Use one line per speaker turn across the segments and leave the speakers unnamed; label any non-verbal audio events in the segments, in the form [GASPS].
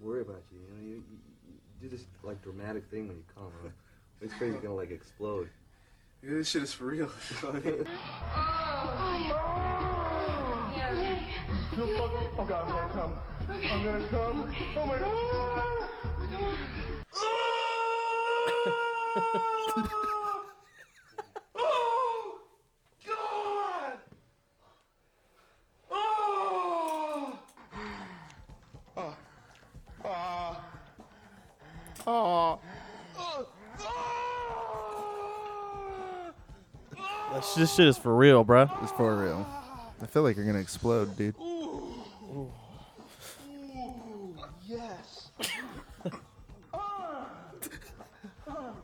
worry about you. You know, you, you, you do this like dramatic thing when you come. Huh? It's crazy, gonna like explode.
Yeah, this shit is for real. [LAUGHS]
Oh God, I'm gonna come. I'm gonna come. Oh my God. Oh God. Oh. Oh. Oh.
That's, this shit is for real, bruh.
It's for real. I feel like you're gonna explode, dude. [LAUGHS]
Ooh, yes. Ah. Ah.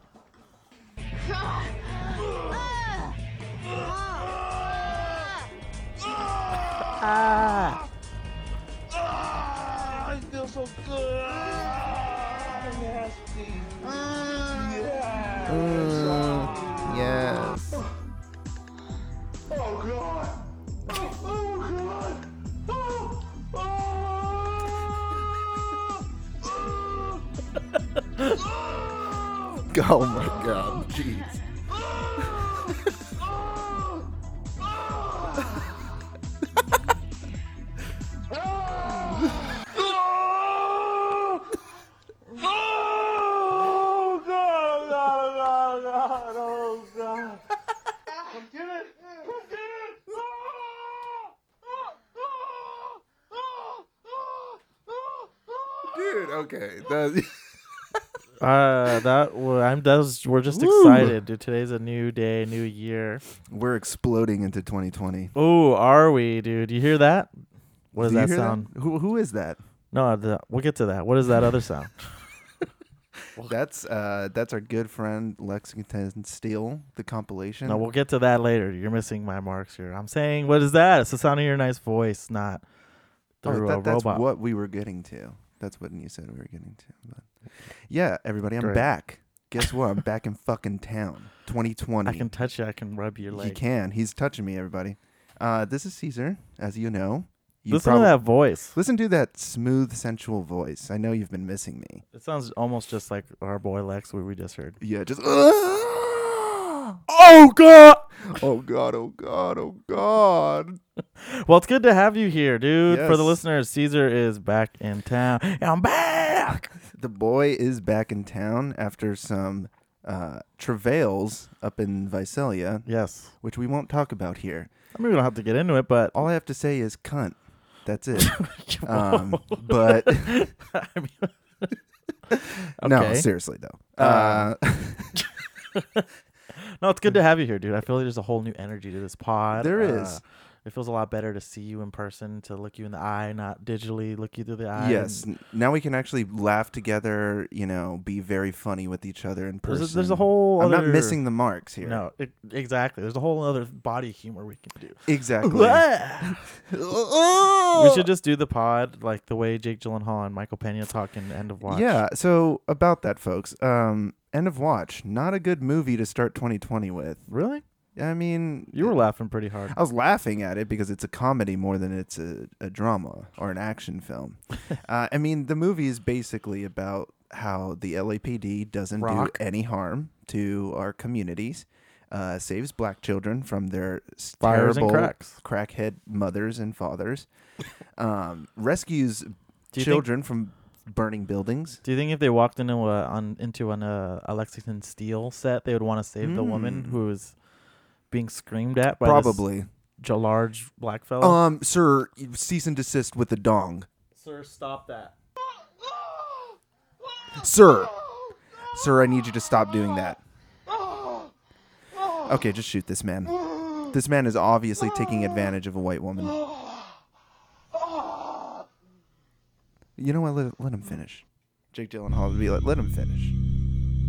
Ah. Ah, I feel so good. Ah, nasty. Yes. Ah.
Yes.
Oh god! Oh, oh god! Oh! Oh! Oh! Oh!
Oh my god. Jeez.
Oh! Oh! Oh, God, God, God, God, oh, God. Come get it. Come get it. Ah! Ah! Ah! Ah! Ah! Ah!
Dude, okay. That,
[LAUGHS]
Uh, that wa- I'm. That was, we're just excited, dude. Today's a new day, new year.
we're exploding into 2020.
Oh, are we, dude? You hear that? What does
Do you
that
hear
sound?
Who, who is that?
No, uh, the, we'll get to that. What is that
[LAUGHS]
other sound?
That's uh that's our good friend Lexington Steel, the compilation.
No, we'll get to that later. You're missing my marks here. I'm saying, what is that? It's the sound of your nice voice, not
Oh,
through
that-
a
that's
robot.
what we were getting to. That's what you said we were getting to. But yeah, everybody, I'm
Great.
back. Guess what? I'm back in fucking town. 2020.
I can touch you. I can rub your leg.
He can. He's touching me, everybody. Uh, this is Caesar, as you know. You
Listen
prob-
to that voice.
Listen to that smooth, sensual voice. I know you've been missing me.
It sounds almost just like our boy Lex, where we just heard.
Yeah, [GASPS] just.
Oh God!
Oh God! Oh God! Oh God!
Well, it's good to have you here, dude. For the
Yes.
listeners, Caesar is back in town. I'm back.
The boy is back in town after some uh, travails up in Visalia,
Yes. Oh,
which we won't talk about here.
I mean, we don't have to get into it, but [LAUGHS]
All I have to say is cunt. That's it. um, but [LAUGHS]
I mean,
no,
[LAUGHS] Okay.
seriously though. Uh,
no, it's good to have you here, dude. I feel like there's a whole new energy to this pod.
There
There is.
is.
It feels a lot better to see you in person, to look you in the eye, not digitally look you through the eye.
yes,
and-
n- now we can actually laugh together. You know, be very funny with each other in
There's
person.
a- there's a whole
I'm
other-
not missing the marks here.
No, it, exactly. There's a whole other body humor we can [LAUGHS] do.
exactly. [LAUGHS]
we should just do the pod like the way Jake Gyllenhaal and Michael Pena talk in End of Watch.
Yeah. So about that, folks. Um, End of Watch. Not a good movie to start 2020 with.
Really?
I mean,
You were laughing pretty hard.
I was laughing at it because it's a comedy more than it's a, a drama or an action
[LAUGHS]
film. uh, I mean, the movie is basically about how the LAPD doesn't
Rock.
do any harm to our communities, uh, saves black children from their s-
Fires and
terrible
cracks.
crackhead mothers and
[LAUGHS]
fathers, um, rescues
you think-
children from burning buildings.
Do you think if they walked into a on into an uh, a Lexington Steel set, they would want to save the woman who was being screamed at by
Hmm. Probably.
this j- large black fellow?
Um, sir, cease and desist with the dong.
Sir, stop that.
Sir, sir, I need you to stop doing that.
Oh!
Okay, just shoot this man. This man is obviously taking advantage of a white woman.
Oh!
You know what? Let, let him finish. Jake Gyllenhaal would be like, let him finish.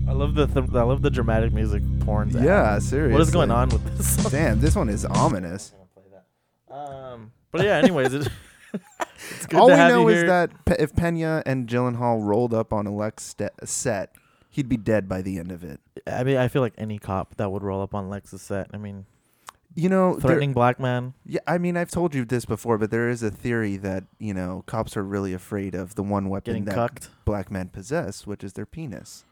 I love the th- I love the dramatic music porns. at.
Yeah, seriously.
What is going on with this? song?
"Ah, Damn, this one is ominous.
um, but yeah, anyways, it, [LAUGHS] it's good
All
to
we
have
know
you
is
here.
that Pe- if Pena and Gyllenhaal rolled up on a Lex st- set, he'd be dead by the end of it.
I mean, I feel like any cop that would roll up on Lex's set. I mean,
you know, there-
Threatening black man.
yeah, I mean, I've told you this before, but there is a theory that you know cops are really afraid of the one weapon
Getting
that
cucked. [LAUGHS]
black men possess, which is their penis.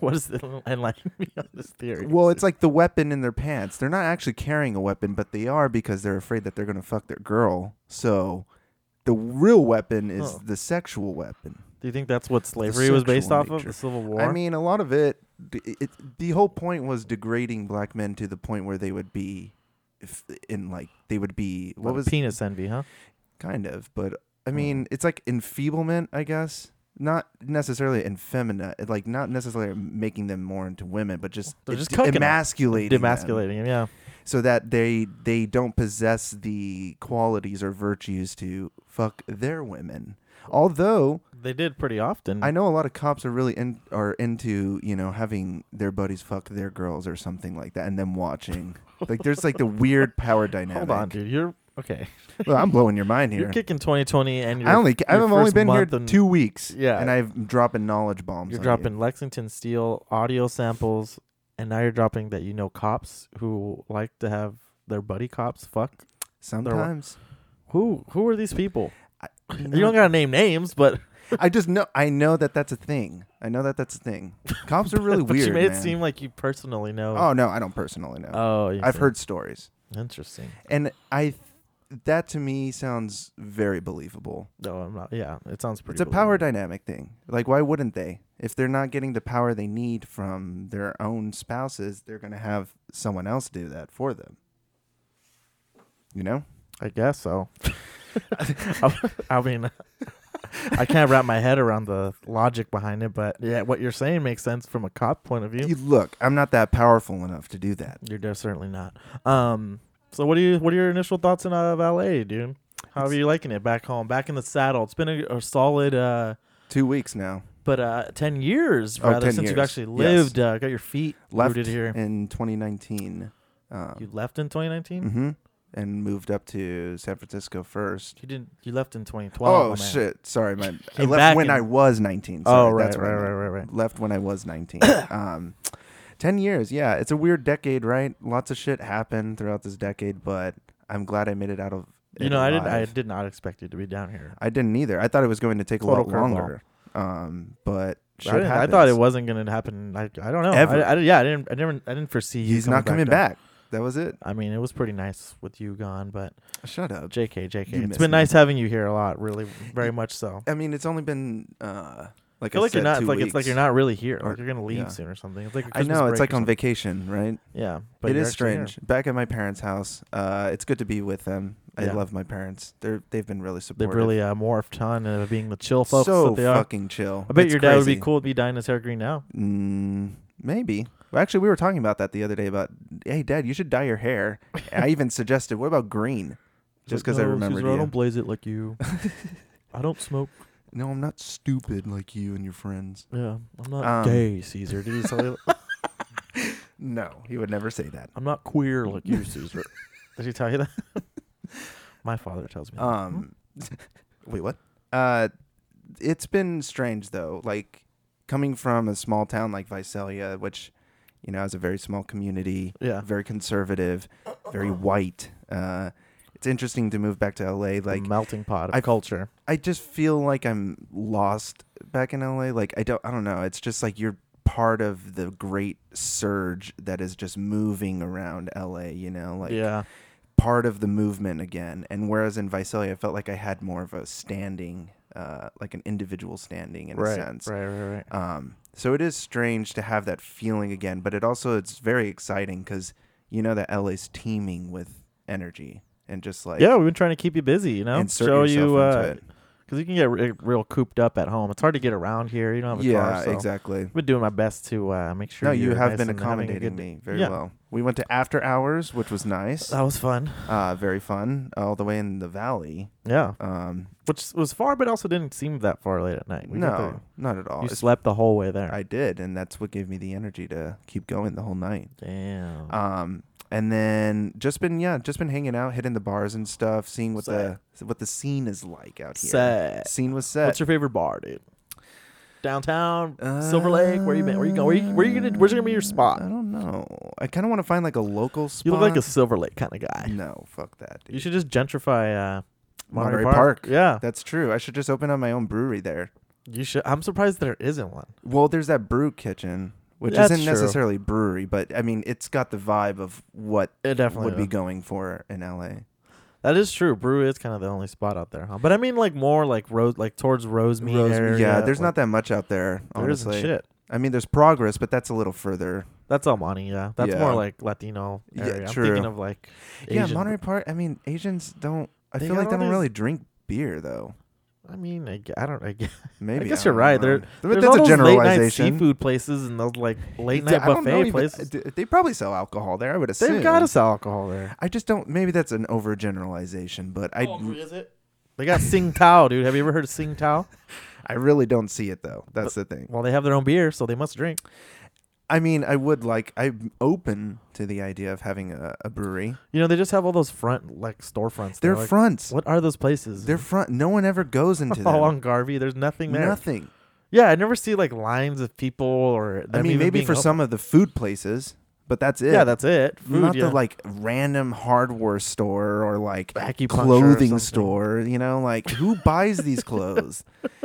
What is the [LAUGHS] enlighten me on this theory?
Well, it's like the weapon in their pants. They're not actually carrying a weapon, but they are because they're afraid that they're going to fuck their girl. So the real weapon is
Huh.
the sexual weapon.
Do you think that's what slavery was based
sexual
off of?
nature.
The Civil War.
I mean, a lot of it, d- it, the whole point was degrading black men to the point where they would be if in like they would be
what
what was
penis envy, huh?
kind of, but
Mm.
I mean, it's like enfeeblement, I guess. Not necessarily effeminate, like not necessarily making them more into women, but just,
They're
it-
just cooking 'em.
emasculating, them
Demasculating him, yeah.
so that they they don't possess the qualities or virtues to fuck their women. Although
They did pretty often.
I know a lot of cops are really in, are into you know having their buddies fuck their girls or something like that, and them watching. like there's
[LAUGHS]
like the weird power dynamic.
Hold on, dude. You're okay.
Well, I'm blowing your mind
You're
here.
kicking 2020, and you're,
I only
your
I've only
first
been here
month and
two weeks.
Yeah.
and I'm dropping knowledge bombs.
You're
on you.
dropping Lexington Steel audio samples, and now you're dropping that you know cops who like to have their buddy cops fuck.
sometimes.
Who who are these people?
you
[LAUGHS] You don't
know,
gotta name names, but,
[LAUGHS] I just know. I know that that's a thing. I know that that's a thing. Cops are really
[LAUGHS] but
weird.
you made
man.
it seem like you personally know.
Oh no, I don't personally know.
Oh, you
I've
see.
heard stories,
Interesting.
and I th- that to me sounds very believable.
No, I'm not. Yeah, it sounds pretty.
it's a power
believable.
dynamic thing. Like, why wouldn't they? If they're not getting the power they need from their own spouses, they're gonna have someone else do that for them. You know?
I
[LAUGHS]
guess so. [LAUGHS] I, I mean, I can't wrap my head around the logic behind it, but yeah, what you're saying makes sense from a cop point of view.
You look, I'm not that powerful enough to do that.
You're de- certainly not. Um. So what do you what are your initial thoughts on uh, LA, dude? How are you liking it back home, back in the saddle? It's been a, a solid, uh,
Two weeks now.
but uh, ten years
Oh,
rather
10
since you've
years.
actually
Yes.
lived, uh, got your feet
Left
rooted here.
in 2019. Um,
You left in 2019.
mhm, and moved up to San Francisco first.
You didn't. You left in 2012.
Oh,
my man.
shit! Sorry, my I
[LAUGHS] Came back
left when
and-
I was 19.
Oh,
Sorry,
right,
that's what I
right,
meant.
right, right, right.
left when I was
[COUGHS]
19. um, 10 years. Yeah, it's a weird decade, right? Lots of shit happened throughout this decade, but I'm glad I made it out of
You
it
know, I didn't. I
alive.
did not expect you to be down here.
I didn't either. I thought it was going to take a
Total
lot
curveball.
longer. Um, but shit
I, didn't- I thought it
happens.
wasn't going to happen. I, I don't know.
Ever.
I, I, yeah, I didn't. I never. I didn't foresee you.
He's not coming
down.
back. That was it.
I mean, it was pretty nice with you gone, but
Shut up.
Jk, Jk,
You
it's
miss
been
me.
nice having you here a lot. Really, very much so.
I mean, it's only been uh, like
I feel like you're
said,
not
two
it's like it's like
weeks.
you're not really here. Like
Or-
you're gonna leave
yeah.
soon or something. It's like a
I
Christmas
know it's
break
like
or
on
something.
vacation, right?
Yeah,
it is
you're actually here.
strange. Back at my parents' house, uh, it's good to be with them. I
Yeah.
love my parents. They're they've been really
They've
supportive.
really uh, morphed on uh, being the chill folks
so
that they are.
fucking chill.
I bet
It's
your dad would be
crazy.
cool to be dyeing his hair green now.
Mm, maybe. Well, actually, we were talking about that the other day. About hey, dad, you should dye your hair. And I
[LAUGHS]
even suggested, what about green? Just because I remembered
I don't
you.
blaze it
[LAUGHS]
like you. I don't smoke.
No, I'm not stupid like you and your friends.
Yeah, I'm not
Um,
gay, Caesar. Did he say?
No, he would never say that.
I'm not queer
[LAUGHS]
like you, Caesar. Did he tell you that? [LAUGHS] My father tells me. that.
Um, [LAUGHS] wait, what? Uh, it's been strange though. Like coming from a small town like Visalia, which you know has a very small community.
Yeah.
Very conservative, very white. Uh, it's interesting to move back to LA.
The
Like
melting pot of
I-
culture.
I just feel like I'm lost back in LA. Like I don't I don't know. It's just like you're part of the great surge that is just moving around LA, you know, like
yeah.
part of the movement again. And whereas in Visalia I felt like I had more of a standing uh like an individual standing in a
Right,
sense.
right. Right. Right.
Um, so it is strange to have that feeling again, but it also it's very exciting because you know that LA's teeming with energy and just like
yeah, we've been trying to keep you busy. You know,
insert
show
yourself
you
into
uh,
it.
because you can get re- real cooped up at home. It's hard to get around here. You don't have a
yeah,
car. so
exactly.
I've been doing my best to uh, make sure.
No, you
you're
have
nice
been
and having a
accommodating
good-
me very
Yeah.
well. We went to after hours, which was nice,
That was fun.
uh, very fun, all the way in the valley.
Yeah,
Um,
which was far, but also didn't seem that far late at night. We got
no, not at all.
there. you
It's-
slept the whole way there.
I did, and that's what gave me the energy to keep going the whole night.
Damn.
Um, and then just been yeah, just been hanging out, hitting the bars and stuff, seeing what the what the scene is like out here.
Set.
Scene was set. Uh,
What's your favorite bar, dude? downtown, Silver Lake. Where you been? Where you going? Where you, where you gonna? Where's gonna be your spot?
I don't know. I kind of want to find like a local spot.
You look like a Silver Lake kind of guy.
no. Fuck that, dude.
You should just gentrify uh, Monterey,
Monterey
Park.
Park.
Yeah,
That's true. I should just open up my own brewery there.
you should. I'm surprised there isn't one.
Well, there's that brew kitchen, which
That's
isn't
true.
necessarily brewery, but I mean, it's got the vibe of what
It definitely
would be
is.
going for in LA.
That is true. Brew is kind of the only spot out there, huh? But I mean, like more like rose, like towards Rosemead
Rose-
area.
yeah, there's
like,
not that much out there.
there isn't
Honestly,
shit.
I mean, there's progress, but that's a little further.
That's El Monte. Yeah, that's more
Yeah.
like Latino
Yeah,
area. I'm
true.
thinking of like
Yeah,
Asian-
Monterey Park. I mean, Asians don't. I
They
feel
got
like they
all
don't
these-
really drink beer though.
I mean, I, gu- I don't. I guess,
Maybe
I guess
don't
you're right.
know.
There,
But
there's
that's
all
a
those late night
generalization.
seafood places and those like late
Yeah,
night
I don't know
buffet
even- uh,
places.
d- They probably sell alcohol there. I would assume
They've got to sell alcohol there.
I just don't. Maybe that's an overgeneralization, but
Oh,
I,
it? They got Sing Tao, dude. Have you ever heard of Sing Tao?
I really don't see it though. That's the thing.
Well, they have their own beer, so they must drink.
I mean, I would like. I'm open to the idea of having a, a brewery.
You know, they just have all those front like storefronts.
They're
there. Like,
fronts.
What are those places?
They're front. No one ever goes
[LAUGHS]
into them.
all on Garvey. There's nothing there.
Nothing.
Yeah, I never see like lines of people
I
or. them
mean,
even
maybe
being
for
open.
some of the food places, but that's it.
Yeah, that's it. Food,
not
yeah.
the like random hardware store or like
Acupuncture or something.
clothing store. You know, like who buys these
[LAUGHS]
clothes?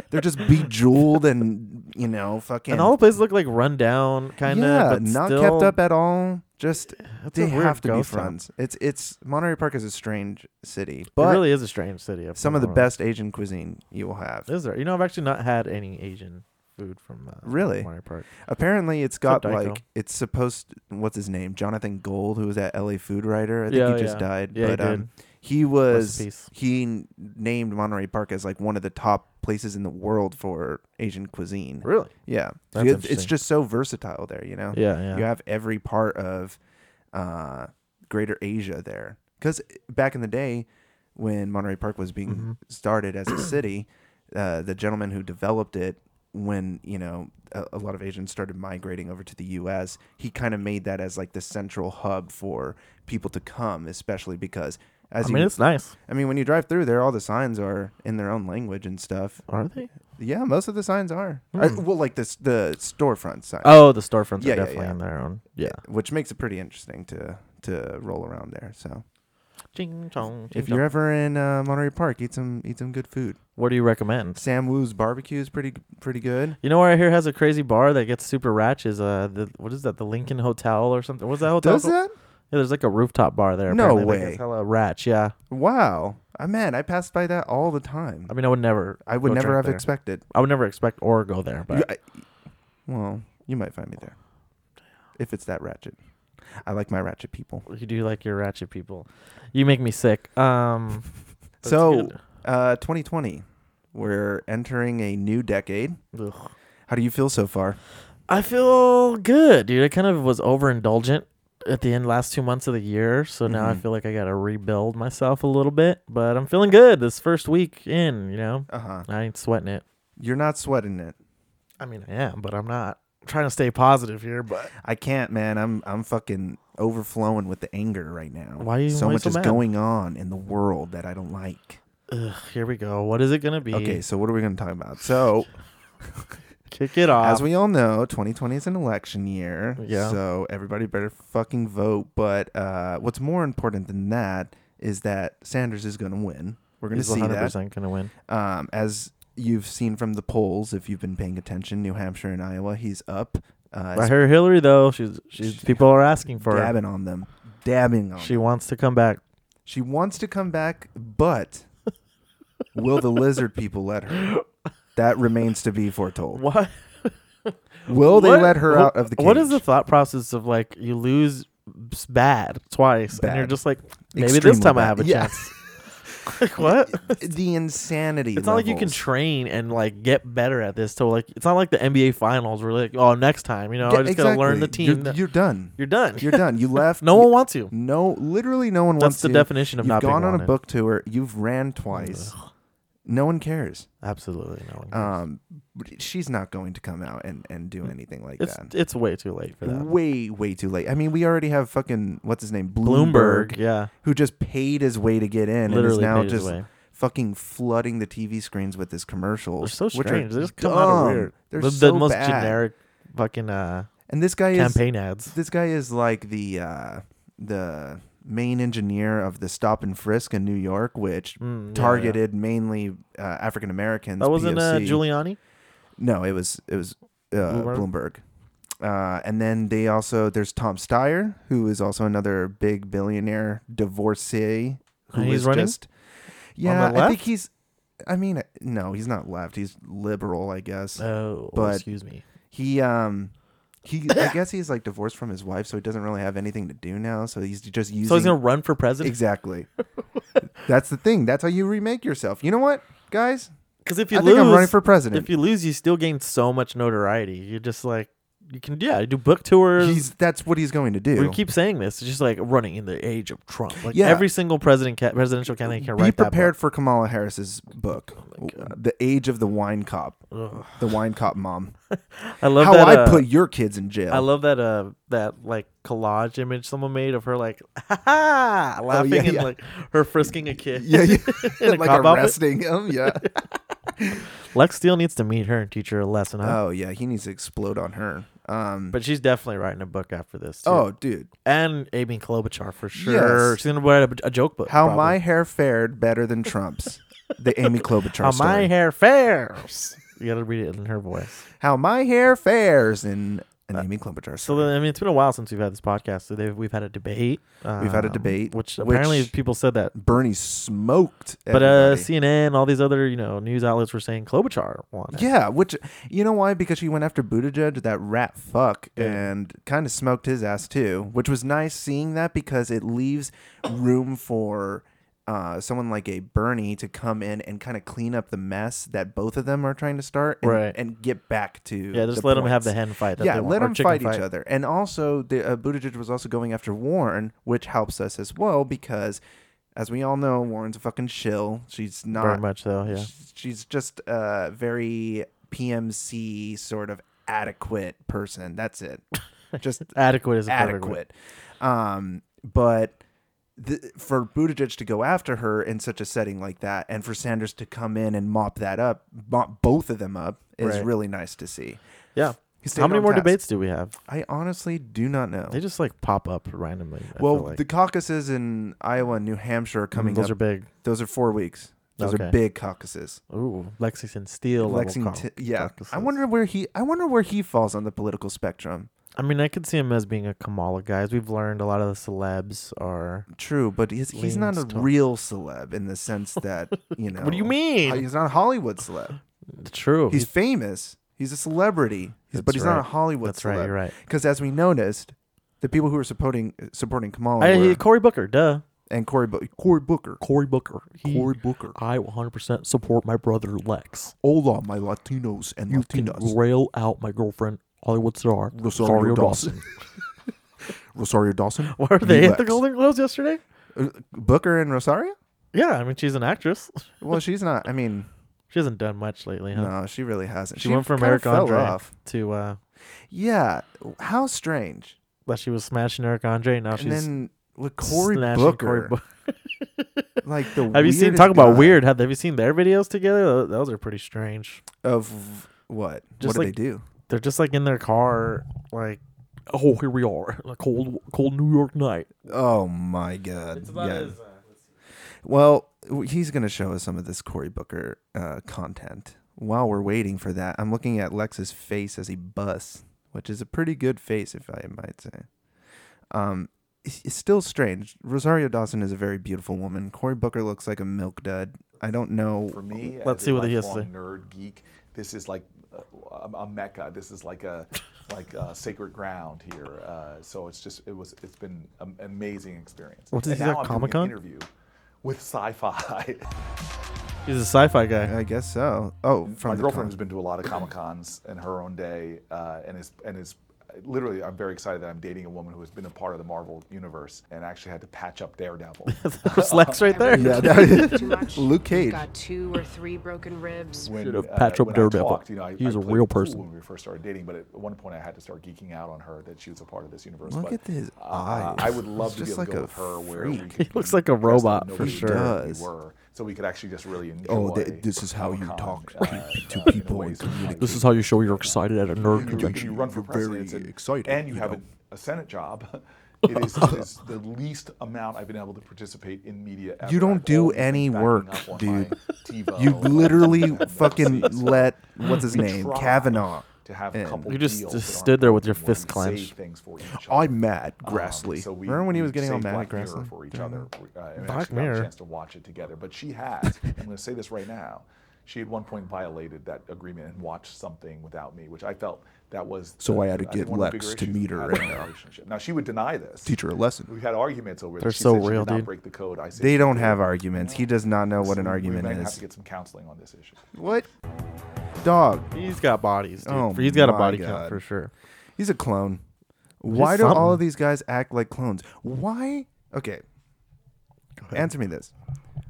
They're just bejeweled and you know fucking.
and all the places look like run down, kind of.
yeah,
but
not
still,
kept up at all. Just
That's a
they
weird
have to be
ghost town.
friends. It's it's Monterey Park is a strange city,
it
but
really is a strange city. I've
some
been
of the
around.
best Asian cuisine you will have.
Is there? You know, I've actually not had any Asian food from uh,
Really?
Monterey Park.
Apparently, it's got
Dyko.
like it's supposed. What's his name? Jonathan Gold, who was that LA food writer. I think
Yeah,
he just
yeah.
died.
Yeah, he
but um,
did.
he was
peace.
he n- named Monterey Park as like one of the top places in the world for Asian cuisine.
Really?
Yeah,
That's
It- it's
interesting.
just so versatile there. You know,
Yeah, yeah.
um, you have every part of uh, Greater Asia there. Because back in the day, when Monterey Park was being
Mm-hmm.
started
[CLEARS THROAT]
as a city, uh, the gentleman who developed it, when you know a, a lot of Asians started migrating over to the U.S., he kind of made that as like the central hub for people to come, especially because as
I mean,
you,
it's nice.
I mean, when you drive through there, all the signs are in their own language and stuff.
Are they?
Yeah, most of the signs are. I- well, like this, the storefront sign
Hmm. Oh, the storefronts
Uh, Yeah,
are
yeah,
definitely
yeah.
on their own. Yeah.
which makes it pretty interesting to to roll around there. So
Ching chong.
if you're ever in uh, Monterey Park, eat some eat some good food.
what do you recommend?
Sam Wu's barbecue is pretty pretty good.
You know where I hear has a crazy bar that gets super ratchet is uh the what is that the Lincoln Hotel or something? What's that hotel?
Does
called?
that?
Yeah, there's like a rooftop bar there.
No
apparently, That
way.
gets hella ratch. Yeah.
Wow, I man, I passed by that all the time.
I mean, I would never.
I would
go
never
drink
have
there.
expected.
I would never expect or go there, but
You- I- well, you might find me there if it's that ratchet. I like my ratchet people.
you do like your ratchet people. You make me sick. Um. [LAUGHS] that's
so,
good.
uh, 2020, we're entering a new decade.
Ugh.
How do you feel so far?
I feel good, dude. I kind of was overindulgent at the end last two months of the year, so now I
Mhm.
feel like I gotta rebuild myself a little bit. But I'm feeling good this first week in. You know,
Uh huh.
I ain't sweating it.
You're not sweating it.
I mean, I am, but I'm not I'm trying to stay positive here. But
I can't, man. I'm I'm fucking overflowing with the anger right now.
Why are you-
so
why you
much
so
is
mad?
going on in the world that I don't like?
Ugh, here we go. What is it gonna be?
Okay, so what are we gonna talk about? So
kick it off.
as we all know, 2020 is an election year.
Uh, Yeah.
So everybody better fucking vote. But uh, what's more important than that is that Sanders is gonna win. We're gonna
He's
see
100
that.
percent gonna win.
Um, as you've seen from the polls, if you've been paying attention, New Hampshire and Iowa, he's up. Uh,
I heard Hillary though. She's she's people are asking for her.
dabbing on them, dabbing on.
She wants to come back.
She wants to come back, but will the lizard people let her? That remains to be foretold.
What?
Will Oh, they
What-
let her
wh-
out of the cage?
What is the thought process of like you lose s- bad twice and you're
Bad.
just like maybe this
Extremely
time I
bad.
have a
Yeah.
chance. [LAUGHS] like
[LAUGHS]
what?
the insanity?
It's not like you can
levels.
train and like get better at this till like it's not like the NBA finals where like oh next time you know
Yeah,
I just gotta learn the
exactly.
team.
You're,
that-
you're done.
you're done.
You're done.
[LAUGHS]
You left.
no one wants you.
No, literally, no one wants
That's the
you.
definition of
You've
not being
gone on
wanted.
a book tour. You've ran twice. No one cares.
Absolutely no one. cares.
Um, but she's not going to come out and, and do anything like
it's
that.
it's way too late for that.
Way, way too late. I mean, we already have fucking what's his name,
Bloomberg, yeah,
who just paid his way to get in and is
literally
now
paid his
just
way.
fucking flooding the TV screens with his
They're
commercials.
so
which are
strange. They just come out
dumb.
of weird.
They're
the,
so
the most
bad.
generic fucking uh,
And this guy is
campaign ads.
this guy is like the uh, the main engineer of the stop and frisk in New York, which
Mm, yeah, yeah.
targeted mainly uh, African Americans.
That wasn't uh,
POC.
Giuliani.
No, it was it was uh, Bloomberg.
Bloomberg?
Uh, and then they also there's Tom Steyer, who is also another big billionaire divorcee. Who
And
is
he's running?
Just, yeah,
the
I think
left?
he's. I mean, no, he's not left. He's liberal, I guess.
Oh,
But-
excuse me.
He um he I guess he's like divorced from his wife, so he doesn't really have anything to do now. So he's just using
So he's gonna run for president
exactly. That's the thing. That's how you remake yourself. You know what, guys?
because if you
I
lose,
think I'm running for president.
if you lose, you still gain so much notoriety. You're just like you can yeah do book tours.
He's that's what he's going to do.
we keep saying this. It's just like running in the age of Trump. Like
Yeah.
every single president ca- presidential candidate can
Be
write Oh
prepared for Kamala Harris's book, "The Age of the Wine Cop,"
that. book.
the Wine Cop Mom.
Ugh. I [LAUGHS] love
How
that.
I
uh,
put your kids in jail.
I love that uh that like collage image someone made of her like [LAUGHS] ha ha laughing
Oh, yeah,
and
yeah.
like her frisking a
[LAUGHS]
kid.
yeah, yeah.
[LAUGHS] In
[LAUGHS]
a
like
cop outfit?
arresting him.
[LAUGHS]
Yeah. [LAUGHS]
Lex Steele needs to meet her and teach her a lesson. Huh?
oh yeah, he needs to explode on her. Um.
But she's definitely writing a book after this. Too.
oh, dude.
and Amy Klobuchar for sure. She's gonna write a, a joke book.
How
probably.
my hair fared better than Trump's.
[LAUGHS]
the Amy Klobuchar
how
story.
my hair fares. You gotta read it in her voice.
How my hair fares in an Amy Klobuchar story.
Uh, So then, I mean, it's been a while since we've had this podcast. So they've, we've had a debate.
We've had a
um,
debate,
which
which-
apparently people said that.
Bernie smoked.
But uh,
everybody.
CNN, all these other you know news outlets were saying Klobuchar won. it.
Yeah, which you know why? Because she went after Buttigieg, that rat fuck,
Yeah.
and kind of smoked his ass too, which was nice seeing that because it leaves room for uh, someone like a Bernie to come in and kind of clean up the mess that both of them are trying to start, and,
Right.
and get back to
yeah. Just
the
let them have the
points.
hen fight. That
Yeah,
they want,
let
or
them
chicken
fight, each other, and also the uh, Buttigieg was also going after Warren, which helps us as well because, as we all know, Warren's a fucking shill. She's not
Very much so. Yeah.
She's- she's just a very PMC sort of adequate person. That's
[LAUGHS]
it. Just
Adequate is a perfect word.
adequate. Um, but the, for Buttigieg to go after her in such a setting like that, and for Sanders to come in and mop that up, mop both of them up, is
Right.
really nice to see.
Yeah.
He stayed
How many
on
more
task.
debates do we have?
I honestly do not know.
They just like pop up randomly. I
well,
feel like. Mm,
the caucuses in Iowa and New Hampshire are coming
those
up.
are big.
those are four weeks. Those are
Okay.
big caucuses.
Ooh, Lexington Steel.
Lexington. Yeah, I
caucuses.
wonder where he. I wonder where he falls on the political spectrum.
I mean, I could see him as being a Kamala guy. As we've learned, a lot of the celebs are.
True, but he's he's not a
Leans to-
real celeb in the sense that
[LAUGHS]
you know.
What do you mean?
He's not a Hollywood celeb.
True.
He's famous. He's a celebrity, He's- but
That's
he's not
right.
a Hollywood
That's right. You're right.
Because as we noticed, the people who were supporting supporting Kamala
I,
were-
Cory Booker, duh.
and Cory Bu- Cory Booker.
Cory Booker.
Cory Booker.
I 100% support my brother Lex.
Hola, my Latinos and Latinas.
rail out my girlfriend, Hollywood star,
Rosario Rosario Dawson.
[LAUGHS]
Rosario Dawson.
Were they at
Lex.
the Golden Globes yesterday?
Uh, Booker and Rosario?
Yeah, I mean, she's an actress. [LAUGHS]
Well, she's not. I mean,
She hasn't done much lately, huh?
no, she really hasn't.
She, went from
kinda
Eric
fell
Andre
off.
to, uh,
Yeah, how strange.
that she was smashing Eric Andre, and now
and
she's
then with Cory
smashing
Booker,
Cory [LAUGHS] Booker.
like the
Have you seen
weirdest
talk about
guy
weird? Have, have you seen their videos together? Tho- Those are pretty strange.
of what?
Just
what
like-
do they do?
They're just like in their car, like oh here we are, [LAUGHS] a cold cold New York night.
Oh my god! yeah. Well, w- he's gonna show us some of this Cory Booker uh, content. While we're waiting for that, I'm looking at Lex's face as he busts, which is a pretty good face, if I might say. Um, it's it's still strange. Rosario Dawson is a very beautiful woman. Cory Booker looks like a milk dud. I don't know.
for me.
Let's
as a
see what he has to
lifelong Nerd geek. This is like uh, a, a mecca. This is like a like a sacred ground here. Uh, so it's just it was it's been an amazing experience.
What is
And
he at
now I'm doing an
Comic-Con?
Interview with sci-fi.
He's a sci-fi
[LAUGHS]
guy.
I guess so. Oh, from
My
the
girlfriend
con-
has been to a lot of comic cons in her own day, uh, and is and is literally. I'm very excited that I'm dating a woman who has been a part of the Marvel universe and actually had to patch
[LAUGHS]
up Daredevil.
There's Lex right there.
Yeah,
[LAUGHS]
that-
too much.
Luke Cage.
You've got two or three broken ribs.
when,
Should've
uh,
patched up
when
Daredevil.
I talked, you know, I,
He's
I
a
played
real
it cool
person.
when we first started dating, but at one point I had to start geeking out on her that she was a part of this universe.
Look
but,
at his
uh,
eyes.
I would love
He's
to be
just
able to
like
go
a
with her where we
freak. [LAUGHS]
could
He looks
be
like a
dressed up
robot
and
for
nobody
sure.
knew who
He does.
We were. so we could actually just really enjoy.
Oh, th- this is how
Comic
you
Con,
talk to-
uh, uh,
to
in a
people
way
and
so it's
communicate.
like-
This is how you show you're excited at a nerd
you, you,
convention.
you run for
You're
president
very
and,
excited,
and you
you
have
know.
a, a
[LAUGHS]
Senate job. It is, it is the least amount I've been able to participate in media. Ever.
You don't
I've
do
always been
any
backing
work,
up on
dude.
my TiVo
You
[LAUGHS] and
[LAUGHS]
my
literally
Netflix
fucking
series. [LAUGHS]
let what's his
We
name
tried
Kavanaugh.
to have
in.
a couple
You just-
deals
just
that aren't
stood there with your
working, where
fist
we
clenched. Oh,
save things for each other.
I'm mad,
Um,
Grassley.
so we-
Remember when he
we
was getting all
saved
mad at
Black Mirror
Grassley?
for each other? Uh, and
Black
actually got
Mirror.
a chance to watch it together, but she has. I'm going to say this right now. She had one point violated that agreement and watched something without me, which I felt that was.
So
the-
I had to
think
get
one of the
Lex
bigger
to
issues
meet
we
her
had in
and,
our
uh,
relationship. Now she would deny this.
Teach her a lesson.
We had arguments over.
They're
it. She
so
said she
real,
did not
dude.
break the code. I said
They
she
don't
did.
have arguments. He does not know what an
We-
argument
we might
is.
have to get some counseling on this issue.
What? Dog.
He's got bodies, dude.
Oh
He's got a
my
body
God.
count for sure.
He's a clone. Why do
something.
all of these guys act like clones? Why? Okay. Answer me this.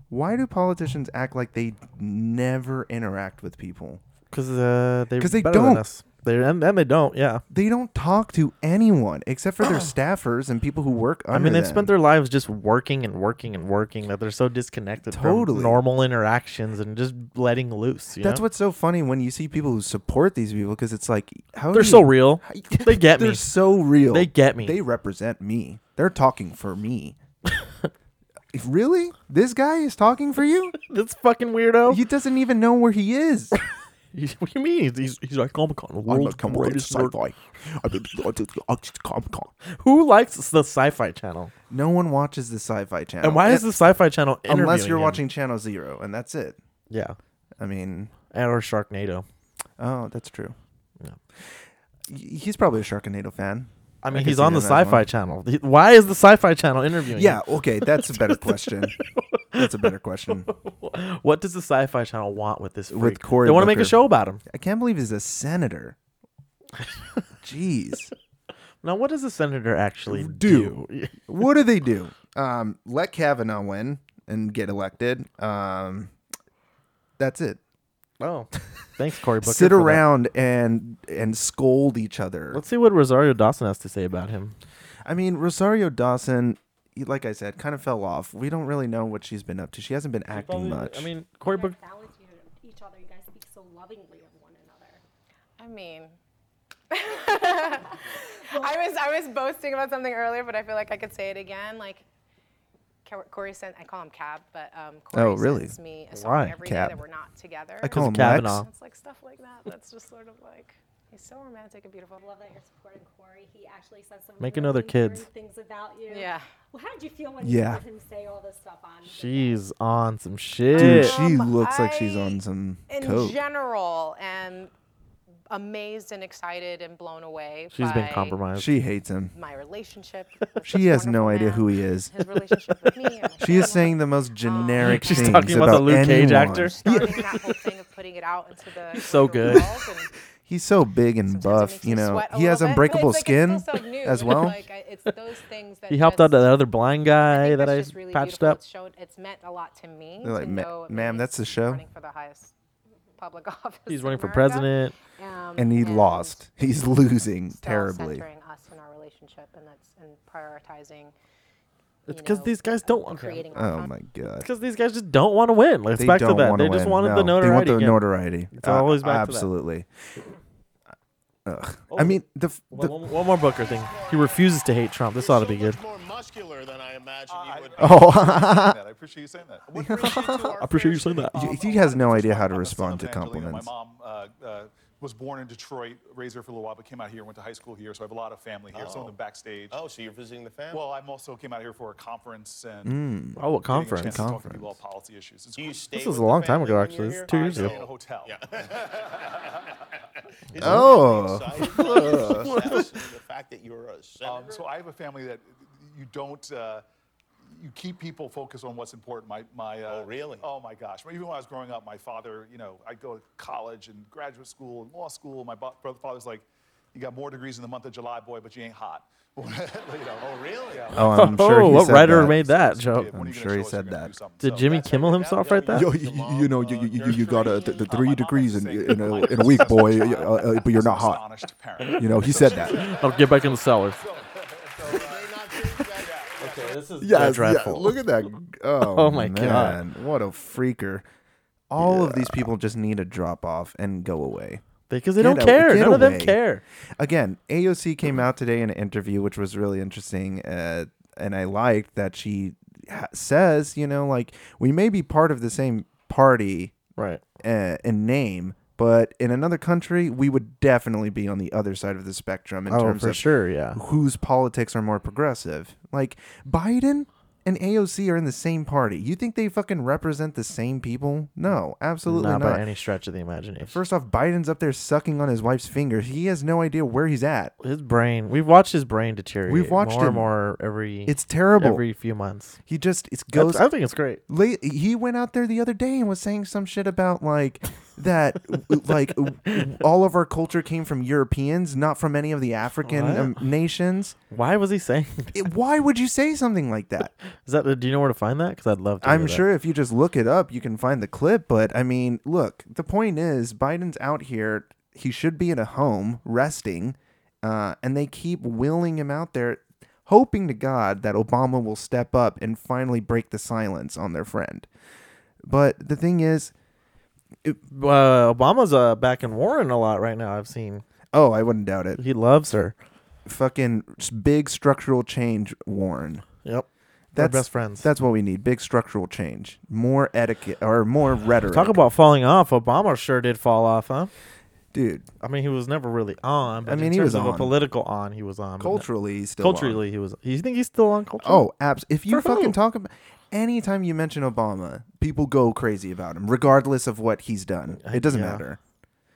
Why do politicians act like they never interact with people?
Because uh, they
'Cause they
better than
don't.
us. They and, and they don't. Yeah.
They don't talk to anyone except
[GASPS]
for their staffers and people who work under
I mean, they've
them.
spent their lives just working and working and working that they're so disconnected
Totally.
from normal interactions and just letting loose. You
That's
know?
what's so funny when you see people who support these people because it's like how
they're
do
so
you-
real. They
[LAUGHS]
get
They're
me.
so real.
They get me.
They represent me. They're talking for
[LAUGHS]
me. If- really? This guy is talking for
[LAUGHS]
you?
This fucking weirdo.
He doesn't even know where he is.
[LAUGHS] what do you mean? He's- He's, he's like Comic Con, the world's greatest nerd. Who likes the Sci-Fi Channel?
No one watches the Sci-Fi Channel.
And why is the Sci-Fi Channel
unless
interviewing
you're
him?
watching Channel Zero, and that's it.
Yeah,
I mean,
and or Sharknado.
oh, that's true. Y- He's probably a Sharknado fan.
I mean,
could
he's
see
on the
him as
Sci-Fi
one.
Channel. He- Why is the Sci-Fi Channel interviewing?
Yeah. Okay, that's a better
[LAUGHS]
question. That's a better question.
him? [LAUGHS] What does the Sci-Fi Channel want with this? Freak?
With Cory
they want to make a
Booker.
show about him.
I can't believe he's a senator. Jeez.
Now, what does the senator actually
Do.
do? [LAUGHS]
what do they do? Um, let Kavanaugh win and get elected. Um, that's it.
oh, thanks, Cory Booker.
Sit
for that.
around and and scold each other.
Let's see what Rosario Dawson has to say about him.
I mean, Rosario Dawson, he- like I said, kind of fell off. We don't really know what she's been up to. She hasn't been acting much.
I mean, Cory Booker.
validate each other. You guys speak so lovingly of one another.
I mean, [LAUGHS] I was I was boasting about something earlier, but I feel like I could say it again. Like Cor- Corey sent I call him Cab, but um, Corey
Oh, really?
sends me a song
Why?
every day
Cab.
that we're not together.
I call him
Kavanaugh.
Lex.
It's like stuff like that. That's just sort of like he's so romantic and beautiful.
I love that you're supporting Corey. He actually says some
Make
really
another
endearing
kids.
things about you.
Yeah.
Well, how did you feel when
Yeah.
you heard him say all this stuff on?
She's on some
Dude,
shit.
she
Um,
looks like she's
I-
on some
In
coke.
general, am amazed and excited and blown away.
She's been
by
compromised.
she hates him.
My relationship.
She has no idea who he is.
His Oh. relationship with me. and my
[LAUGHS] She is
family.
saying the
[LAUGHS]
most generic
She's
things
talking about
about
the Luke Cage
anyone.
actor.
starting that whole thing of putting it out into the
[LAUGHS]
He's
so good.
He's so big and buff, you know. He has unbreakable skin as well.
Like, I- it's those things that
He helped out
just-
that other blind
I
guy
think
that
that's
I
just really
patched
beautiful.
up.
It's, shown, it's meant a lot to me.
They're like,
to
"Ma-
know it
ma'am,
means
that's the
he's
show."
Running for the highest public [LAUGHS] office.
He's
in
running for
America.
president.
Um,
and he lost. [LAUGHS] He's losing
still
terribly.
Centering us in our relationship and that's and prioritizing.
It's
you
because
know,
these guys don't want to.
Creating. our
Oh
con-
my god.
Because these guys just don't want to win. Like, It's
They
back to
don't
that.
want
They
to
just
win.
wanted
no,
the notoriety.
They want the
again.
notoriety.
It's always back to that. Oh.
absolutely. Ugh. I mean, the, f- the oh,
One, one more Booker thing. He refuses to hate Trump. This ought to be good.
More muscular than I imagined
Uh,
you
[LAUGHS]
would.
oh,
that. I appreciate you saying that. What
I appreciate you saying that.
he has no idea how to
I'm the son
respond to
of Angelina.
compliments.
My mom uh, uh, was born in Detroit, raised here for a little while, but came out here, went to high school here, so I have a lot of family here. Some of them backstage.
Oh, so you're visiting the family?
Well, I'm also came out here for a conference and
Oh, what
getting a
conference?
chance to talk to
Mm. Conference.
people about policy issues. It's
Do you
great.
stay
This was
with
a
the
long time
family
ago,
when you're
actually. It's
here?
two
I
years
stay
ago.
in a
[LAUGHS]
hotel.
hotel.
Is
Oh.
that exciting?
[LAUGHS]
Success and the fact that you're a
Um,
senator.
so I have a family that you don't. Uh, you keep people focused on what's important. My, my. Uh,
Oh, really?
Oh my gosh! Even when I was growing up, my father, you know, I'd go to college and graduate school and law school. My bo- brother, father's like, "You got more degrees in the month of July, boy, but you ain't hot." [LAUGHS] you know,
oh, really?
yeah.
oh,
[LAUGHS]
I'm sure
oh,
he
what
said
writer
that.
made that
As a
joke?
kid, when are you gonna
sure he
show us you're
said
gonna
that.
do something?
Did
So
Jimmy
that's
Kimmel
how you
himself
got
write
them.
that?
Yo,
Yo,
y- y-
you know, you, you, you, you got uh, the, the [LAUGHS]
Uh,
three
my mom
degrees
was
in,
saying
in,
[LAUGHS]
[LAUGHS]
a,
that
in a week,
my
boy,
son was
uh, uh, but you're
an
not hot.
astonished
[LAUGHS]
parent.
You know, he said that.
I'll get back in the cellar.
Did they not think that?
Okay, this is
Yes, yeah,
dreadful.
Look at that. [LAUGHS] Oh,
Oh my
man. God. What a freaker. All of these people just need to drop off and go away.
because they
Get
don't
out-
care.
get
None of them
away.
care.
Again, AOC came out today in an interview, which was really interesting. Uh, and I liked that she ha- says, you know, like, we may be part of the same party
Right.
uh, in name, but in another country, we would definitely be on the other side of the spectrum in
Oh,
terms
for
of
sure. Yeah.
whose politics are more progressive. Like Biden and AOC are in the same party. You think they fucking represent the same people? No, absolutely
Not
not.
by any stretch of the imagination.
First off, Biden's up there sucking on his wife's finger. He has no idea where he's at.
his brain. We've watched his brain deteriorate.
We've watched
more
him.
and more every.
It's terrible.
Every few months.
he just it
I-
goes
I think it's great.
late he went out there the other day and was saying some shit about like
[LAUGHS]
that like all of our culture came from Europeans, not from any of the African
What?
um, nations.
Why was he saying? [LAUGHS] that?
It- why would you say something like that?
Is that? Do you know where to find that? Because I'd love to.
I'm
hear that.
sure if you just look it up, you can find the clip. But I mean, look, the point is Biden's out here. He should be in a home resting, uh, and they keep wheeling him out there, hoping to God that Obama will step up and finally break the silence on their friend. But the thing is,
Uh, Obama's uh, back in Warren a lot right now. I've seen
oh, I wouldn't doubt it.
he loves her.
Fucking s- big structural change, Warren.
Yep,
That's
best friends.
That's what we need. Big structural change. More etiquette or more rhetoric.
talk about falling off. Obama sure did fall off, huh?
dude.
I mean, he was never really on. But
I mean,
in
he
terms
was
of a
on.
political on. He was on but not-
Culturally, he's still on.
culturally, he was. You think he's still on culturally?
Oh, abs. If you
For who?
fucking talk about anytime you mention Obama, people go crazy about him, regardless of what he's done. It doesn't
Uh, yeah.
matter.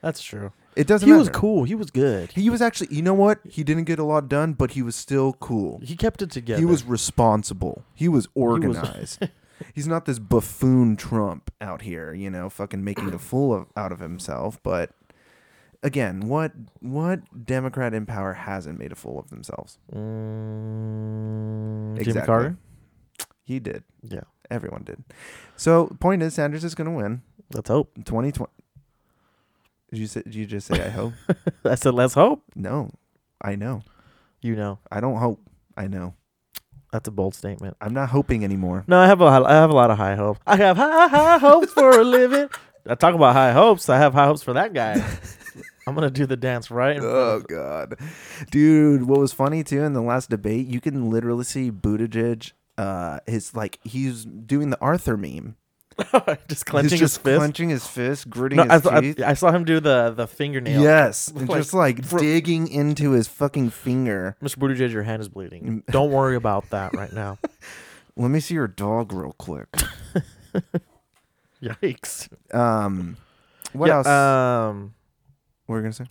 that's true.
It doesn't.
He
matter.
was cool. He was good. He,
He was actually. You know what? He didn't get a lot done, but he was still cool.
kept it together.
He was responsible. He was
[LAUGHS]
organized. he's not this buffoon Trump out here, you know, fucking making a fool of, out of himself. But again, what what Democrat in power hasn't made a fool of themselves?
Mm, Jimmy
Exactly.
Carter.
He did.
Yeah,
Everyone did. So point is, Sanders is going to win.
let's hope. [LAUGHS]
2020. Did you say? Did you just say I
[LAUGHS]
hope?
I said let's hope.
no, I know.
You know,
I don't hope. I know.
that's a bold statement.
I'm not hoping
[LAUGHS]
anymore.
No, I have a I have a lot of high hopes. I have high high hopes for a living. [LAUGHS] I talk about high hopes. I have high hopes for that [LAUGHS] guy. I'm gonna do the dance right. in front of-
Oh God, dude! What was funny too in the last debate, you can literally see Buttigieg. Uh, his like he's doing the Arthur meme.
[LAUGHS] just clenching
he's just
his fist.
clenching his fist, gritting
no, I,
his
saw- I-
teeth.
I saw him do the the fingernail.
yes, and
Like,
just like
from-
digging into his fucking finger.
Mr. Buttigieg, your hand is bleeding.
Mm.
Don't worry about that
[LAUGHS]
right now.
Let me see your dog real [LAUGHS] quick.
Yikes.
Um, what
Yeah,
else?
Um,
what were you gonna say?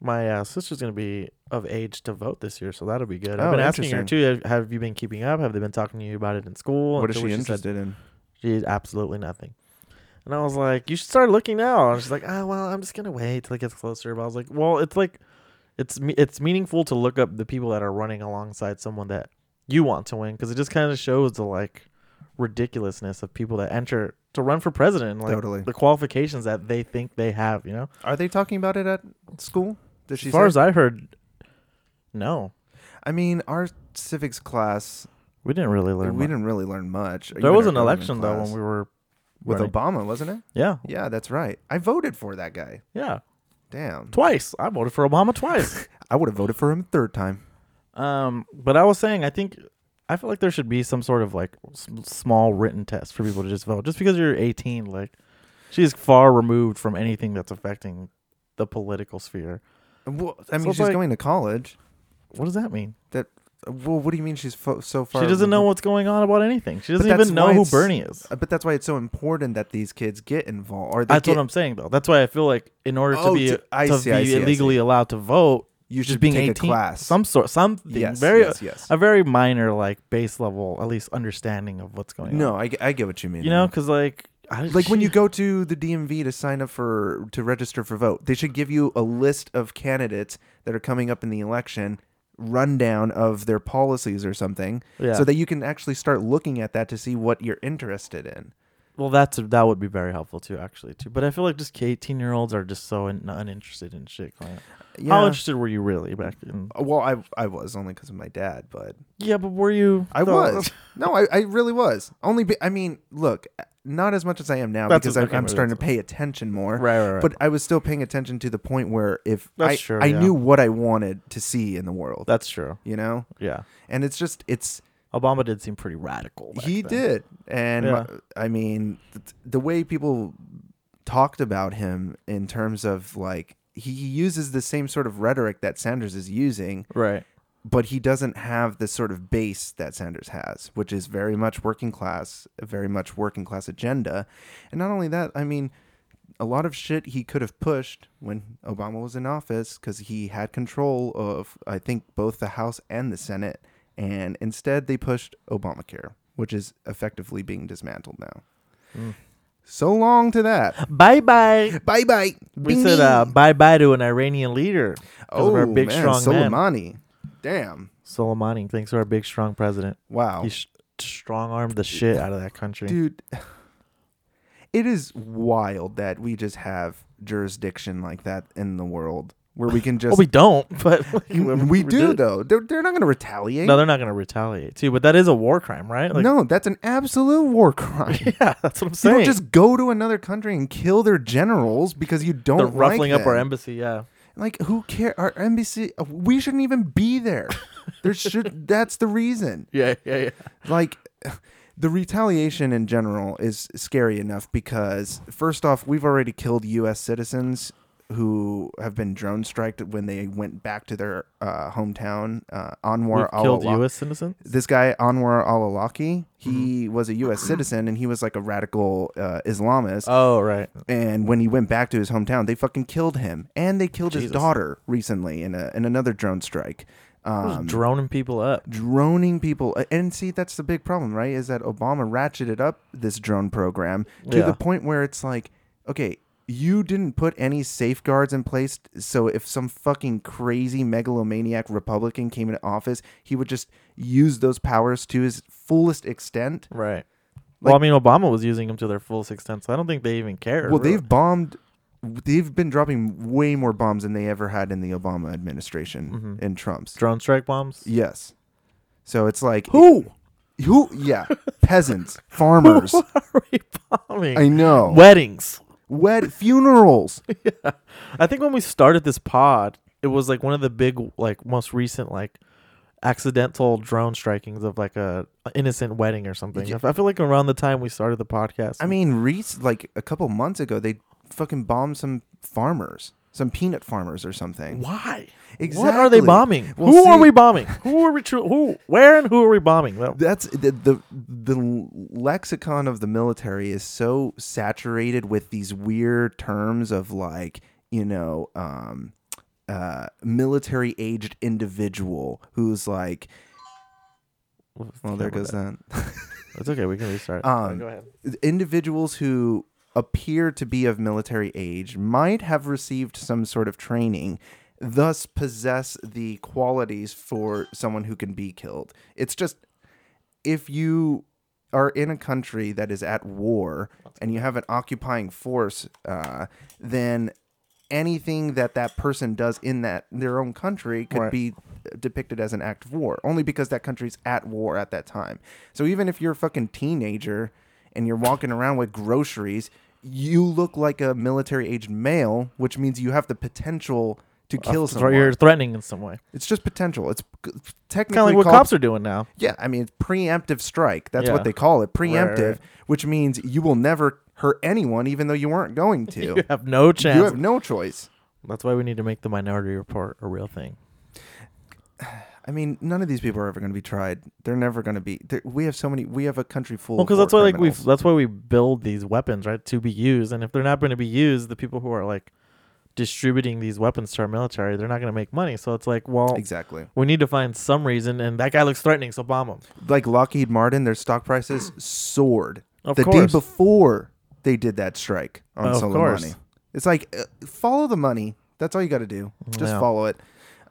my uh, sister's gonna be of age to vote this year, so that'll be good.
Oh,
I've been asking her too. Have, have you been keeping up? Have they been talking to you about it in school?
What is
Until
she
when said-
interested in?
She did absolutely nothing. And I was like, you should start looking now. And she's like, oh, well, I'm just going to wait till it gets closer. But I was like, well, it's like, it's me- it's meaningful to look up the people that are running alongside someone that you want to win because it just kind of shows the like ridiculousness of people that enter to run for president and like
Totally.
the qualifications that they think they have, you know?
Are they talking about it at school? Does she?
as far
say?
as I heard, no.
I mean, our civics class,
We didn't really learn.
we
much.
didn't really learn much.
There was an election, though, when we were
with
running.
Obama, wasn't it?
Yeah.
Yeah, that's right. I voted for that guy.
Yeah.
Damn,
Twice. I voted for Obama twice.
I would have voted for him a third time.
Um, but I was saying, I think I feel like there should be some sort of like s- small written test for people to just vote. Just because you're 18, like she's far removed from anything that's affecting the political sphere.
Well, I
So
mean,
it's
she's
like-
going to college.
What does that mean?
That well, what do you mean she's fo- so far?
She doesn't know
removed?
what's going on about anything. She doesn't
But that's
even know
why
who
it's-
Bernie is.
Uh, But that's why it's so important that these kids get involved. Or they
That's
get,
what I'm saying, though. That's why I feel like in order to
Oh,
be
to- I
to
see, I
be
see, I see.
legally allowed to vote,
You
just
should
being
take a
18,
class.
some sort, something
Yes,
very
yes, yes.
a very minor like base level, at least understanding of what's going on.
No, I, get- I get what you mean.
you know, because like I,
like when
she- [LAUGHS]
you go to the DMV to sign up for to register for vote, they should give you a list of candidates that are coming up in the election, rundown of their policies or something,
Yeah.
so that you can actually start looking at that to see what you're interested in.
Well, that's that would be very helpful too, actually, too. But I feel like just eighteen year olds are just so un- uninterested in shit. Clint. How
Yeah.
interested were you really back in?
Well, I I was only because of my dad, but
Yeah, but were you?
I
though?
was. [LAUGHS] No, I, I really was. Only be, I mean, look, not as much as I am now
That's
because
what-
I,
okay,
I'm
well,
starting to
that's-
pay attention more.
Right, right, right.
But I was still paying attention to the point where if
That's
I,
true,
I
yeah.
knew what I wanted to see in the world.
That's true.
you know,
Yeah,
and it's just it's
Obama did seem pretty radical. back
he
then.
did, and
Yeah.
my- I mean, th- the way people talked about him in terms of like he uses the same sort of rhetoric that Sanders is using,
Right.
but he doesn't have the sort of base that Sanders has, which is very much working class, a very much working class agenda. And not only that, I mean, a lot of shit he could have pushed when Obama was in office because he had control of, I think, both the House and the Senate. And instead, they pushed Obamacare, which is effectively being dismantled now. So long to that.
Bye bye.
Bye bye.
We said uh, bye bye to an Iranian leader. 'cause of
oh,
our big
man,
strong man.
Soleimani. Damn.
Soleimani, thanks to our big strong president.
Wow.
He sh- strong armed the shit out of that country.
dude it is wild that we just have jurisdiction like that in the world where we
[LAUGHS]
can just
well, Oh, we don't, but
[LAUGHS] we, do though they're, they're not going to retaliate
No, they're not going to retaliate too. But that is a war crime, right? Like,
No, that's an absolute war
[LAUGHS]
crime [LAUGHS] you
Yeah, that's what I'm saying.
don't just go to another country and kill their generals because you don't
they're
like
ruffling up our
them.
embassy. Yeah.
like who care our embassy uh, we shouldn't even be
[LAUGHS]
there there should that's the reason
Yeah, yeah, yeah.
like the retaliation in general is scary enough because first off we've already killed us citizens who have been drone striked when they went back to their uh, hometown uh, anwar
We've killed
al-awlaki
U.S. citizens.
this guy anwar al-awlaki he
Mm-hmm.
was a us citizen and he was like a radical uh, islamist
Oh, right.
and when he went back to his hometown, they fucking killed him, and they killed his daughter recently in a in another drone strike. Um,
Droning people up.
droning people, and see that's the big problem, right? Is that Obama ratcheted up this drone program to
Yeah.
the point where it's like, okay, you didn't put any safeguards in place, so if some fucking crazy megalomaniac Republican came into office, he would just use those powers to his fullest extent.
Right. well, I mean, Obama was using them to their full extent, so I don't think they even care.
Well,
really.
they've bombed. They've been dropping way more bombs than they ever had in the Obama administration
Mm-hmm.
and Trump's.
drone strike bombs.
Yes. So it's like who, who? [LAUGHS] Yeah, peasants, farmers.
[LAUGHS] Are we bombing?
I know.
Weddings.
Wed [LAUGHS] funerals.
I think when we started this pod, it was like one of the big, like most recent, like accidental drone strikings of like a a innocent wedding or something. I feel like around the time we started the podcast,
I mean, Reese like a couple months ago they fucking bombed some farmers, some peanut farmers or something.
why?
Exactly.
What are they bombing?
Well,
who are
see-
we bombing? Who are we? Tru- who? Where and who are we bombing? Well,
that's the, the the lexicon of the military is so saturated with these weird terms of like you know um uh military aged individual who's like well there goes that [LAUGHS]
It's okay. We can restart.
Um,
go ahead.
individuals who appear to be of military age might have received some sort of training thus possess the qualities for someone who can be killed it's just if you are in a country that is at war and you have an occupying force uh, then anything that that person does in that their own country could
Right.
be depicted as an act of war only because that country's at war at that time so even if you're a fucking teenager and you're walking around with groceries you look like a military aged male which means you have the potential to kill
Thre-
someone
You're threatening in some way.
it's just potential it's c- technically
Kind of like what
called-
cops are doing now.
yeah, I mean, it's preemptive strike. That's
Yeah.
what they call it,
right,
preemptive,
right.
which means you will never hurt anyone, even though you weren't going to.
[LAUGHS] You have no chance.
You have no choice.
That's why we need to make the minority report a real thing.
I mean, none of these people are ever going to be tried. They're never going to be. there- We have so many. We have a country full.
Well,
because
because that's why like we that's why we build these weapons right to be used, and if they're not going to be used, the people who are like distributing these weapons to our military, they're not going to make money. So it's like, well,
exactly
we need to find some reason, and that guy looks threatening, so bomb him.
like Lockheed Martin. Their stock
[CLEARS THROAT]
prices soared
Of
the
course.
day before they did that strike on
Of
Soleimani.
course.
It's like uh, follow the money. That's all you got to do. Just
Yeah.
follow it.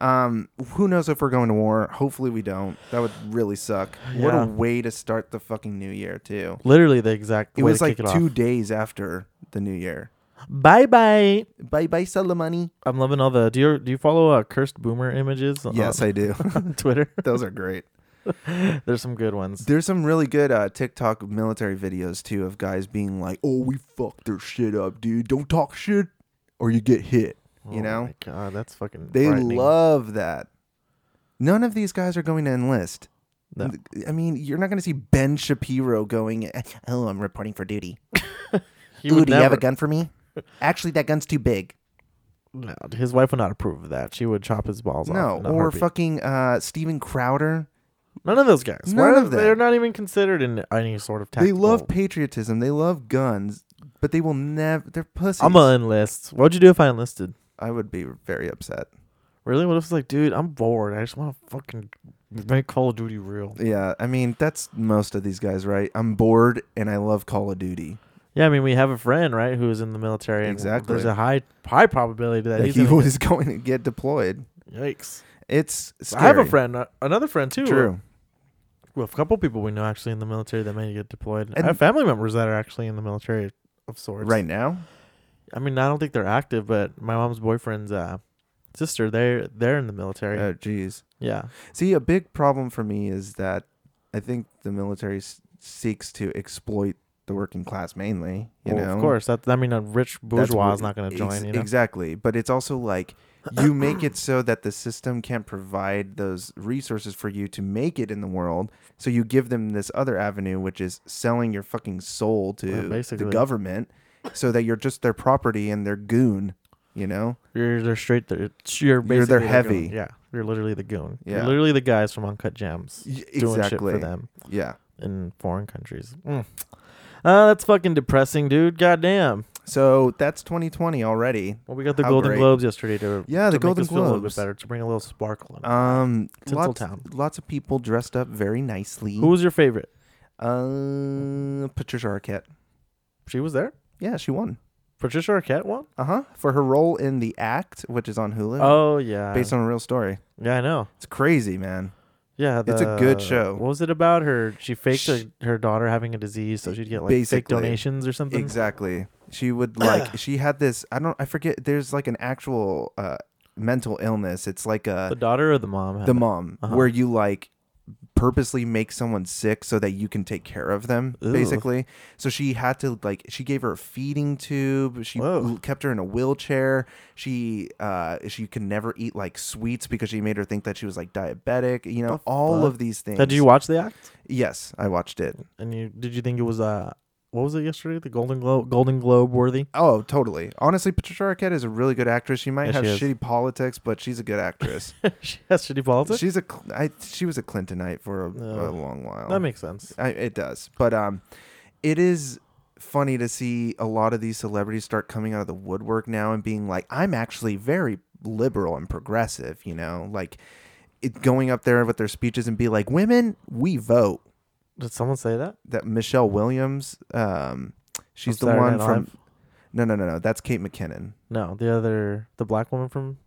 Um, who knows if we're going to war? Hopefully we don't. That would really suck. What
Yeah.
a way to start the fucking new year too.
Literally the exact.
It
way
was
to
like
kick it
two
Off.
days after the new year.
Bye bye.
Bye bye, Salamani.
I'm loving all the. Do you do you follow uh, cursed boomer images? on-
Yes, I do.
on
[LAUGHS]
[LAUGHS] Twitter.
Those are great.
There's some good ones.
There's some really good uh, TikTok military videos too of guys being like, "Oh, we fucked their shit up, dude. Don't talk shit, or you get hit." You
Oh
know,
my God, that's fucking.
they
frightening.
love that. None of these guys are going to enlist.
No.
I mean, you're not going to see Ben Shapiro going, "Oh, I'm reporting for duty.
He
Ooh,
would
do you have a
never-
gun for
[LAUGHS]
me? Actually, that gun's too big."
No, his wife would not approve of that. She would chop his balls
No,
off. in a
or
heartbeat.
fucking uh, Steven Crowder.
none of those guys.
None
Why-
of them.
They're not even considered in any sort of.
They
Tactical.
love patriotism. They love guns, but they will never. They're pussies.
I'm gonna enlist. What would you do if I enlisted?
I would be very upset.
Really? What if it's like, dude, I'm bored. I just want to fucking make Call of Duty real.
Yeah, I mean that's most of these guys, right? I'm bored and I love Call of Duty.
Yeah, I mean, we have a friend, right, who is in the military. and
Exactly.
There's a high high probability that
That
he's
he
gonna
was going to get deployed.
get- Yikes.
It's scary.
I have a friend, uh, another friend too.
True.
Well, a couple people we know actually in the military that may get deployed. I
And-
have family members that are actually in the military of sorts.
Right now,
I mean, I don't think they're active, but my mom's boyfriend's uh, sister, they're they're in the military.
oh geez.
yeah.
See, a big problem for me is that I think the military s- seeks to exploit the working class mainly. You
Well,
know,
of course. That I mean, a rich
That's
bourgeois
what-
is not going to
ex-
join. you know?
Exactly. But it's also like you make it so that the system can't provide those resources for you to make it in the world. So you give them this other avenue, which is selling your fucking soul to
Yeah,
the
basically.
government so that you're just their property and their goon, you know?
You're they're straight. They're, it's- you're basically
You're their
the
heavy.
goon. Yeah, you're literally the goon.
Yeah.
You're literally the guys from Uncut Gems
Y-
doing shit
E, exactly.
for them
Yeah.
in foreign countries. Mm. Uh, that's fucking depressing, dude. Goddamn.
So that's 2020 already.
Well, we got the
How
Golden
great.
Globes yesterday to
Yeah, the
to
Golden
make us feel a little
Globes.
bit better to bring a little sparkle in. it.
Um, lots,
Tinseltown.
lots of people dressed up very nicely.
Who was your favorite?
uh, Patricia Arquette?
She was there.
Yeah, she won.
Patricia Arquette won.
Uh huh. For her role in The Act, which is on Hulu.
Oh yeah.
Uh, based on a real story.
yeah, I know.
It's crazy, man.
Yeah,
It's a good
the-
show.
What was it about her? She faked
She-
her, her daughter having a disease, so she'd get like fake
Basically.
donations or something.
Exactly. She would like she had this I don't I forget there's like an actual uh mental illness. It's like
The
a
daughter or the mom? had
the
it?
mom
Uh-huh.
where you like purposely make someone sick so that you can take care of them
Ooh.
basically. So she had to like she gave her a feeding tube, she
Whoa.
l- kept her in a wheelchair. She uh she could never eat like sweets because she made her think that she was like diabetic, you know, all
fuck?
of these things.
Now, Did you watch the act?
Yes, I watched it.
And you did you think it was uh what was it yesterday? The Golden Globe Golden Globe worthy? [LAUGHS]
Oh, totally. Honestly, Patricia Arquette is a really good actress. She might
Yeah,
have
she is.
shitty politics, but she's a good
[LAUGHS]
actress.
she has shitty politics.
she's a Cl- I, she was a Clintonite for a, a
No.
long while.
that makes sense.
I, it does, but um, it is funny to see a lot of these celebrities start coming out of the woodwork now and being like, "I'm actually very liberal and progressive," you know, like it going up there with their speeches and be like, "Women, we vote."
Did someone say that?
that Michelle Williams. Um, she's the
Saturday
one
Night
from.
Live?
No, no, no, no. That's Kate McKinnon.
No, the other the black woman from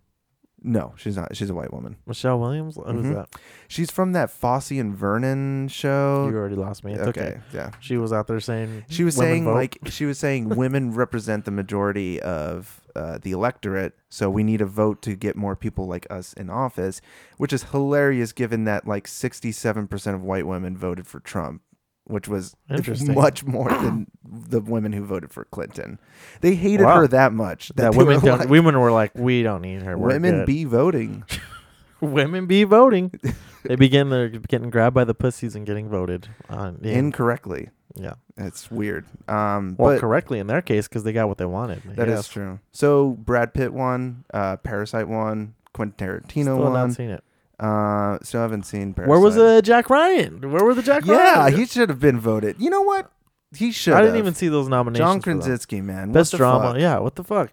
No, she's not. She's a white woman.
Michelle Williams. Who's
Mhm.
that?
She's from that Fosse and Vernon
You
show.
already lost me. It's okay.
Oh, okay. yeah.
She was out there saying
She was
women
saying
vote.
like she was saying women represent the majority of uh, the electorate, so we need a vote to get more people like us in office, which is hilarious given that like sixty-seven percent of white women voted for Trump, which was
Interesting.
much more than the women who voted for Clinton. They hated
Wow.
her that much
that
they
women
were
don't,
like,
[LAUGHS] women were like we don't need her. We're
women
good."
be voting.
[LAUGHS] women
[LAUGHS]
be voting. they begin they're getting grabbed by the pussies and getting voted on. Yeah,
incorrectly.
yeah.
It's weird. Um,
Well,
but
correctly in their case because they got what they wanted. I
that is
guess.
true. So Brad Pitt won, uh, Parasite won, Quentin Tarantino
Still not
won.
seen it.
Uh, still haven't seen Parasite.
Where was uh, Jack Ryan? Where were the Jack
Yeah,
Ryan?
he should have been voted. You know what? He should.
I didn't
have.
even see those nominations.
John
for them.
Krasinski, man.
Best
what the
drama.
fuck?
Yeah, what the fuck?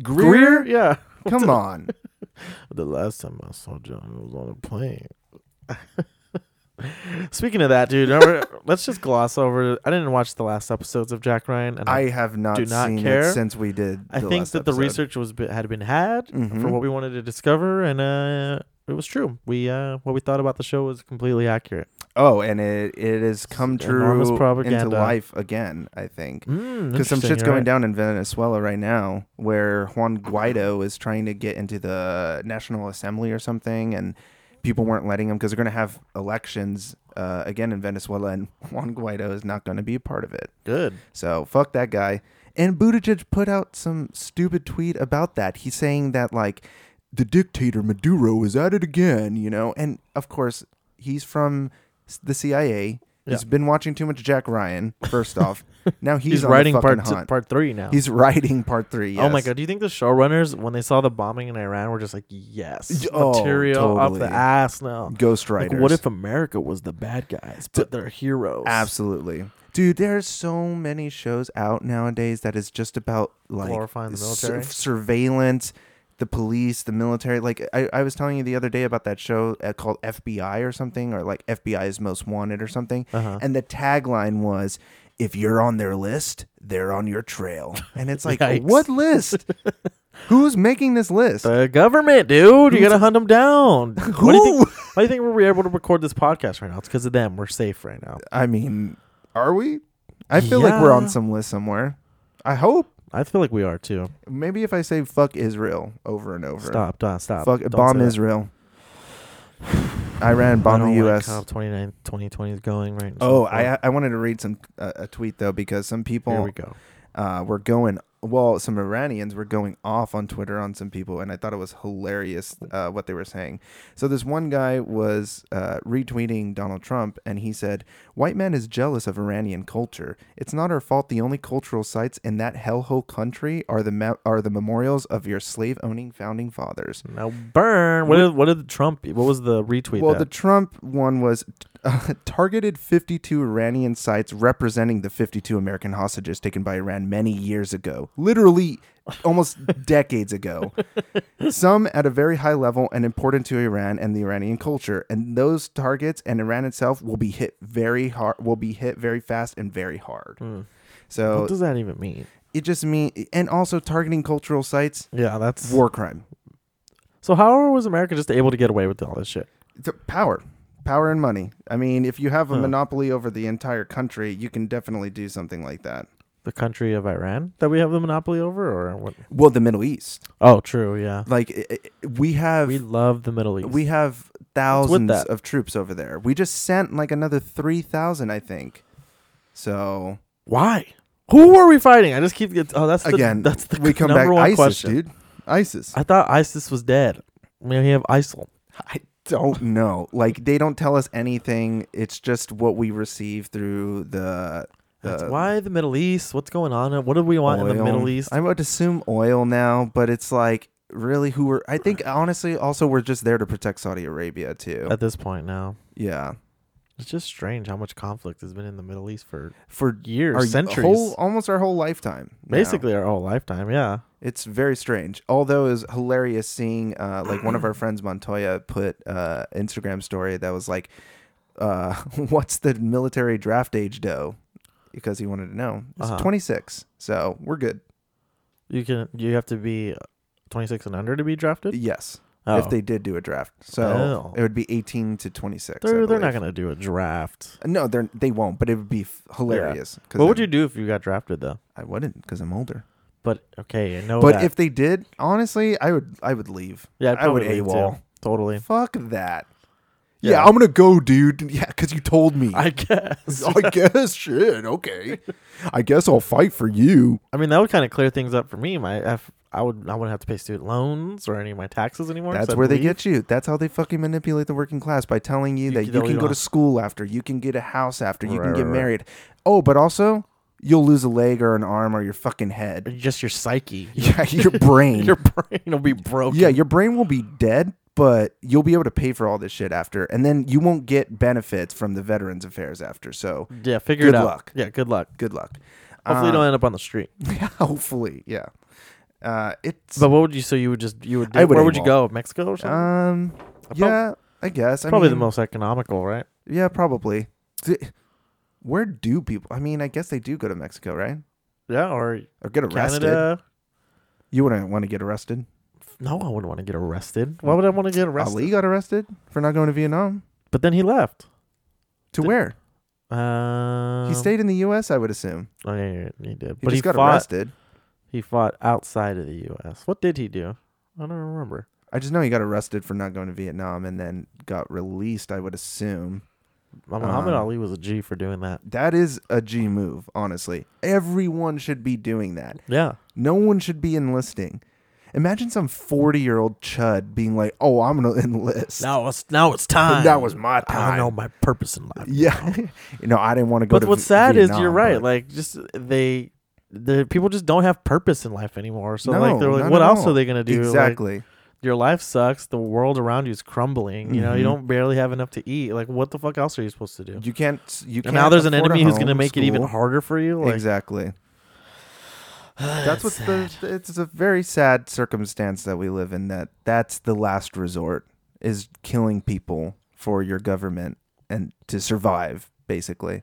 Greer.
Yeah. [LAUGHS]
Come on.
The last time I saw John, it was on a plane. [LAUGHS] Speaking of that, dude,
[LAUGHS]
remember- let's just gloss over. I didn't watch the last episodes of Jack Ryan, and
I have not,
do not
seen
care.
it since we did.
I
the
think
last
that the
episode.
research was had been had for
Mhm.
what we wanted to discover, and uh, it was true. We uh, what we thought about the show was completely accurate.
Oh, and it it has come
enormous
true into
propaganda.
life again. I think
Mm,
because some
interesting,
shit's
you're
going
right.
down in Venezuela right now, where Juan Guaido is trying to get into the National Assembly or something, and people weren't letting him because they're going to have elections uh, again in Venezuela, and [LAUGHS] Juan Guaido is not going to be a part of it.
Good.
So fuck that guy. And Buttigieg put out some stupid tweet about that. He's saying that like the dictator Maduro is at it again, you know. And of course, he's from s- the CIA. He's
Yeah.
been watching too much Jack Ryan. First
[LAUGHS]
off, now he's,
He's,
on the
writing
fucking
part t-
hunt.
part three now.
He's writing part three.
Oh my
yes.
god! Do you think the showrunners, when they saw the bombing in Iran, were just like, "Yes,
Y- oh,
material up the
totally.
ass now"?
Ghostwriters.
Like, what if America was the bad guys, but they're heroes?
Absolutely. Dude, there are so many shows out nowadays that is just about like
Glorifying the
sur-
military?
surveillance, the police, the military. Like I, I was telling you the other day about that show uh, called FBI or something, or like FBI's Most Wanted or something.
Uh-huh.
And the tagline was, "If you're on their list, they're on your trail." And [LAUGHS] it's like,
Yikes.
what [LAUGHS] list? Who's making this list?
The government, dude. You gotta hunt
[LAUGHS]
them down. Why do you
Who?
think? Why do you think we're able to record this podcast right now? It's because of them. We're safe right now.
I mean, are we? I feel like we're
Yeah.
on some list somewhere. I hope.
I feel like we are too.
Maybe if I say fuck Israel over and over.
Stop, Don, stop.
Fuck
Don't say
bomb
that.
Israel. [SIGHS] Iran
I
bomb
don't
the
like
U.S.
how 29 2020 is going right now.
oh, I I wanted to read some uh, a tweet though because some people
Here we go.
uh, were going well, some Iranians were going off on Twitter on some people, and I thought it was hilarious uh, what they were saying. So this one guy was uh, retweeting Donald Trump, and he said, "White man is jealous of Iranian culture. It's not our fault. The only cultural sites in that hellhole country are the ma- are the memorials of your slave owning founding fathers."
Now burn. What did, what did Trump? What was the retweet?
Well,
that?
the Trump one was uh, [LAUGHS] targeted 52 Iranian sites representing the 52 American hostages taken by Iran many years ago, literally almost decades ago. Some at a very high level and important to Iran and the Iranian culture. And those targets and Iran itself will be hit very hard, will be hit very fast and very hard.
what
So
does that even mean?
it just mean, and also targeting cultural sites,
Yeah, that's.
war crime,
So how was America just able to get away with all this shit?
Th- power power and money i mean if you have a
Huh.
monopoly over the entire country you can definitely do something like that
The country of Iran that we have the monopoly over, or what?
well the middle east
Oh, true. Yeah,
like i i we have
we
we,
love the Middle East.
have thousands
that?
of troops over there we just sent like another 3000 i think so
Why? Who are we fighting? I just keep get. Oh, that's the,
again
That's the
we come
number
back
one
isis
question.
dude isis
I thought ISIS was dead. Maybe we have ISIL.
[LAUGHS] I don't know. Like they don't tell us anything. It's just what we receive through the.
That's
the
why the Middle East. What's going on? What do we want in the
Uh, oil.
Middle East?
I would assume oil now, but it's like really who we're. I think honestly, also we're just there to protect Saudi Arabia too.
At this point now,
yeah,
it's just strange how much conflict has been in the Middle East for
for
years,
our
centuries,
whole almost our whole lifetime. now.
basically our whole lifetime. Yeah.
It's very strange. Although it was hilarious seeing uh, like one of our friends Montoya put uh Instagram story that was like uh [LAUGHS] what's the military draft age doe? Because he wanted to know. It's
Uh-huh.
26. So, we're good.
You can you have to be 26 and under to be drafted?
Yes.
Oh.
If they did do a draft. So,
Oh.
it would be 18 to 26. I
they're, they're not
believe.
going to do a draft.
No, they're they won't, but it would be f- hilarious. 'cause
What would you
then-
do if you got drafted though?
I wouldn't cuz I'm older.
But okay, I know
But
that.
if they did, honestly, I would I would leave.
Oh, yeah, I'd
I would
probably too.
AWOL.
Totally.
Fuck that.
Yeah.
Yeah, I'm gonna go, dude. [LAUGHS] Yeah, because you told me.
I guess.
[LAUGHS] I guess shit. Okay, I guess I'll fight for you.
I mean, that would kind of clear things up for me. My if I would I wouldn't have to pay student loans or any of my taxes anymore. 'cause
That's
I'd
where they
leave.
get you. That's how they fucking manipulate the working class by telling you, that
can-
you
that we
can
don't
go to
have-
school after, you can get a house after, you
Right,
can get
right, right.
married. Oh, but also you'll lose a leg or an arm or your fucking head.
just your psyche.
[LAUGHS] Yeah, your brain.
[LAUGHS] your brain will be broken.
Yeah, your brain will be dead, but you'll be able to pay for all this shit after, and then you won't get benefits from the Veterans Affairs after. So
yeah. Figure
Good
it out.
luck.
Yeah, good luck.
good luck. [LAUGHS]
Hopefully, you
Uh,
don't end up on the street.
hopefully, yeah. Uh, it's
But what would you? So you would just you would. Do,
I would
where would you
AWOL.
go? Mexico or something?
um, yeah, I guess. I
Probably the
mean,
most economical, right?
Yeah, probably. D- Where do people? I mean, I guess they do go to Mexico, right?
Yeah, or
Or get arrested.
Canada.
You wouldn't want to get arrested.
No, I wouldn't want to get arrested.
Mm.
Why would I want to get arrested?
Ali got arrested for not going to Vietnam.
But then he left.
To where?
Um,
He stayed in the U.S. I would assume.
Oh, yeah, yeah, he did.
He
But he,
just got
fought.
arrested.
He fought outside of the U.S. What did he do? I don't remember.
I just know he got arrested for not going to Vietnam and then got released. I would assume
Muhammad
Um,
Ali was a G for doing that.
that is a G move. Honestly, everyone should be doing that.
Yeah.
No one should be enlisting. Imagine some 40 year old chud being like, oh, I'm going to [LAUGHS] enlist.
Now it's now it's time.
That was my
I
time.
know my purpose in life. [LAUGHS]
Yeah. you know, I didn't want to go
But
to
what's
Vi-
sad is you're
Vietnam,
right.
but-
Like just they, the people just don't have purpose in life anymore. So
No,
like they're
not
like, what
at
else
all.
are they gonna do? Like,
Exactly.
your life sucks. The world around you is crumbling. You know, you
Mhm.
don't barely have enough to eat. Like what the fuck else are you supposed to do?
you can't. You can't
and now there's an
afford a
enemy who's gonna
home,
make it even
school.
harder for you. Like, [SIGHS]
exactly. That's what's the. It's a very sad circumstance that we live in. That that's the last resort is killing people for your government and to survive, basically.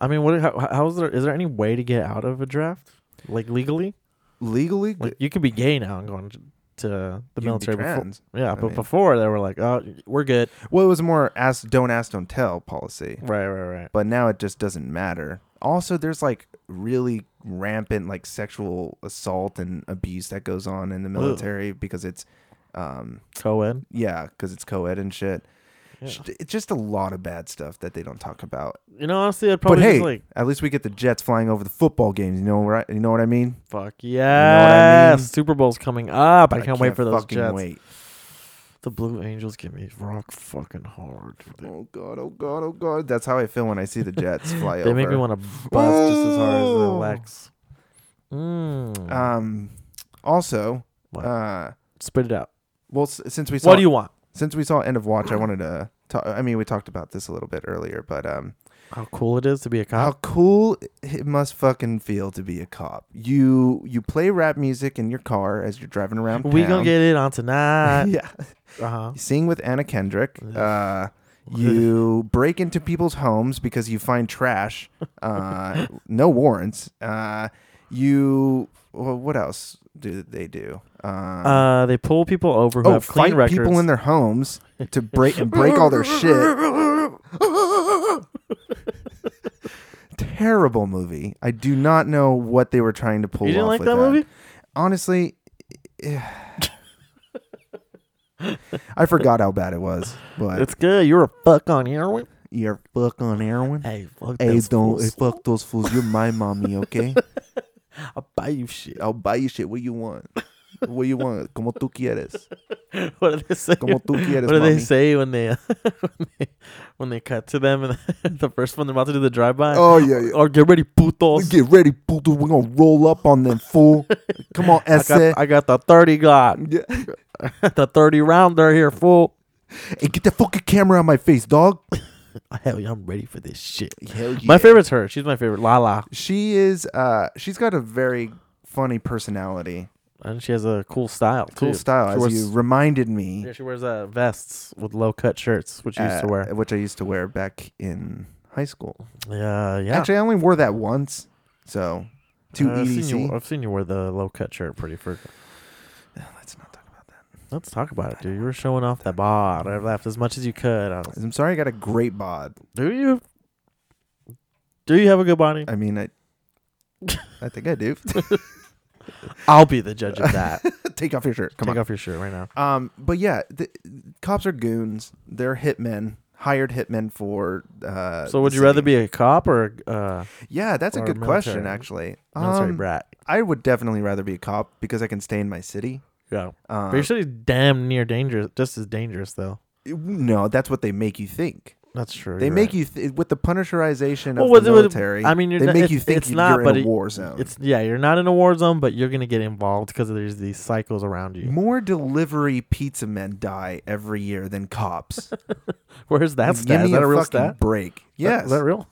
I mean, what? How, how is there? Is there any way to get out of a draft? Like legally,
Legally,
like you could be gay now and going to the
be
military. before-
trans.
Yeah,
I
but
mean-
before they were like, oh, we're good.
well, it was more ask, don't ask, don't tell policy.
Right, right, right.
but now it just doesn't matter. Also, there's like really rampant like sexual assault and abuse that goes on in the military because it's, um,
Co-ed.
yeah, because it's co-ed and shit. Sh It's just a lot of bad stuff that they don't talk about.
You know, honestly, I'd
But
probably
hey,
just like,
at least we get the jets flying over the football games. You know right? You know what I mean?
fuck yes,
I mean?
Super Bowl's coming up. I, can't, wait for those
fucking
Jets.
Wait.
The Blue Angels get me rock fucking hard. They,
Oh god! Oh god! Oh god! That's how I feel when I see the jets fly over.
[LAUGHS] they make me want to bust just as hard as the Lex. Mm.
Um. Also,
What?
uh,
Spit it out.
well, s- since we saw
What do you want?
since we saw end of watch i wanted to talk i mean we talked about this a little bit earlier but um
How cool it is to be a
how
cop.
cool it must fucking feel to be a cop you you play rap music in your car as you're driving around
we gonna
town.
get it on tonight.
[LAUGHS] yeah
Uh-huh.
you sing with anna kendrick uh
[LAUGHS]
you break into people's homes because you find trash uh no warrants uh you well, what else do they do um,
Uh, they pull people over who
oh,
have clean
fight
records.
people in their homes to break and break all their shit. Terrible movie. I do not know what they were trying to pull.
You didn't
off
like
with
that movie?
Honestly, eh. I forgot how bad it was. But
it's good. You're a fuck on heroin.
you're fuck on heroin.
Hey, fuck
Hey,
those
don't hey,
fools.
fuck those fools. You're my mommy, okay?
[LAUGHS] I'll buy you shit.
I'll buy you shit. What you want? What you want? Como tú
[LAUGHS]
quieres.
[LAUGHS] What do they say? [LAUGHS]
Como tú quieres,
what do they
mami.
say when they, [LAUGHS] when they when they cut to them and [LAUGHS] the first one they're about to do the drive [LAUGHS] by?
Oh yeah, yeah.
Or get ready, putos.
Get ready, puto. We're gonna roll up on them,
[LAUGHS]
fool. Come on,
I
ese.
got, I got the thirty got [LAUGHS] the thirty rounder here, fool.
Hey, get the fucking camera out my face,
[LAUGHS]
dog.
Oh, Hell yeah, I'm ready for this shit.
Hell yeah.
My favorite's her. She's my favorite. Lala,
She is. Uh, she's got a very funny personality,
and she has a cool style.
cool
too.
style.
She
As
wears-
you reminded me,
Yeah, she wears uh, vests with low cut shirts, which she used to
uh,
wear.
which I used to wear back in high school.
Yeah, yeah.
Actually, I only wore that once. So, to E
Uh, I've seen, you,
EDC.
I've seen you wear the low cut shirt pretty frequently.
Let's not talk about that.
Let's talk about it, dude. You were showing off that bod. I laughed as much as you could. I was-
I'm sorry, I got a great bod.
do you? Do you have a good body?
I mean, I, I think I do. [LAUGHS]
I'll be the judge of [LAUGHS] that. Take
Take off your shirt. Come on.
off your shirt right now.
Um, but yeah, the, cops are goons. They're hitmen, hired hitmen for. Uh,
So, would you rather be a cop or a uh,
Yeah, that's a
or
good question.
military?
Actually,
military
Um,
brat?
I would definitely rather be a cop because I can stay in my city.
Yeah, but
Uh,
your city's damn near dangerous. Just as dangerous, though.
no, that's what they make you think.
That's true.
They
you're
make
right.
you th- with the Punisherization
Well,
of
with-
the
with-
military.
I mean, you're
they
not-
make
it's-
you think
it's
you-
not,
you're
but
in
it-
a war zone.
It's yeah, you're not in a war zone, but you're gonna get involved because there's these cycles around you.
more delivery pizza men die every year than
[LAUGHS]
cops.
Where's that
Give
stat?
me
Is that
a,
a real
fucking
stat?
break.
Yeah,
Yes,
Is that real?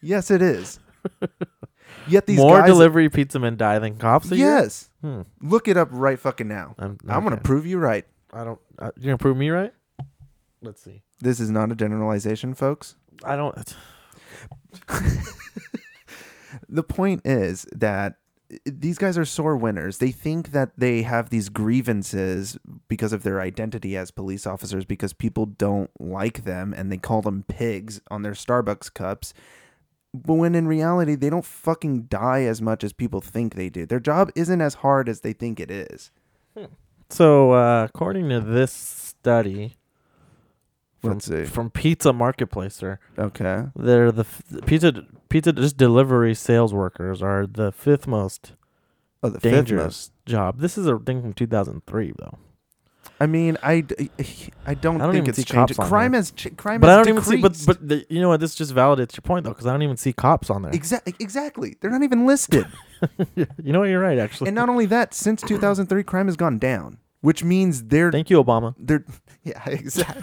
yes, it
[LAUGHS]
is. Yet these
More
guys,
delivery pizza men die than cops. A year? Hmm.
Yes. Look it up right fucking now.
I'm-
I'm, gonna
okay.
prove you right.
I don't. Uh, you gonna prove me right? Let's see.
This is not a generalization, folks.
I don't.
The point is that i- these guys are sore winners. They think that they have these grievances because of their identity as police officers because people don't like them and they call them pigs on their Starbucks cups. But when in reality, they don't fucking die as much as people think they do. Their job isn't as hard as they think it is.
So, uh, according to this study from,
Let's see.
from Pizza Marketplacer,
Okay.
they're the f- pizza pizza just delivery sales workers are the fifth most
Oh, the fifth
dangerous
most.
job. This is a thing from 2003 though.
I mean, I, d- I don't,
I don't
think
even
it's
see
changed.
cops on
Crime
there.
has ch- crime
But I
has
don't even see. But
decreased.
but the, you know what? This just validates your point though, because I don't even see cops on there.
Exactly. Exactly. They're not even
[LAUGHS]
listed.
you know what? You're right, actually.
and not only that, since 2003, crime has gone down, which means they're
Thank you, Obama.
they're yeah [LAUGHS] exactly.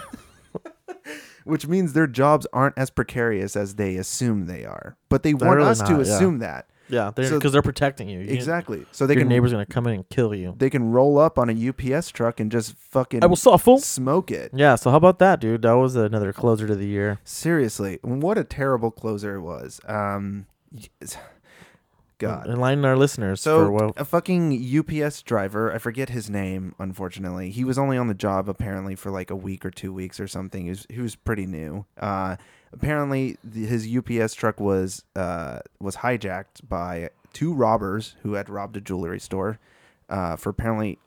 which means their jobs aren't as precarious as they assume they are. But they
They're
want
really
us to
not, yeah.
assume that
Yeah, because
So-
they're, protecting you. You-
exactly. So they
your
can
neighbor's gonna come in and kill you.
they can roll up on a UPS truck and just fucking
I will suffer.
smoke it.
Yeah. So how about that, dude? That was another closer to the year.
Seriously, what a terrible closer it was. Um, yes. God.
Enlighten our listeners
So uh,
for what
a fucking UPS driver, I forget his name, unfortunately. He was only on the job apparently for like a week or two weeks or something. He was, he was pretty new. Uh, apparently, the, his UPS truck was uh, was hijacked by two robbers who had robbed a jewelry store uh, for apparently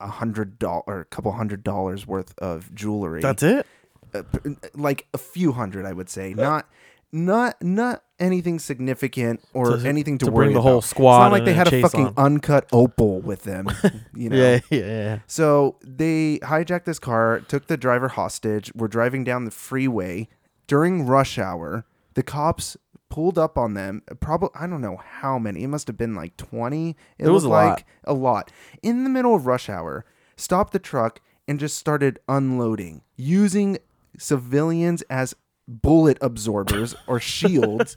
a hundred dollar or a couple hundred dollars worth of jewelry
That's it.
uh, p- like a few hundred, I would say. Not, not, not anything significant or
To-
anything to,
to
worry
bring the
about.
whole
It's
squad
not like
in
they
and
had a
chase
fucking
on.
uncut opal with
[LAUGHS]
them. You know.
Yeah, yeah, yeah.
So they hijacked this car, took the driver hostage. We're driving down the freeway during rush hour. The cops pulled up on them. Probably I don't know how many. It must have been like twenty. It,
was
looked
a lot.
like a lot. In the middle of rush hour, stopped the truck and just started unloading, using civilians as bullet absorbers or
[LAUGHS]
shields.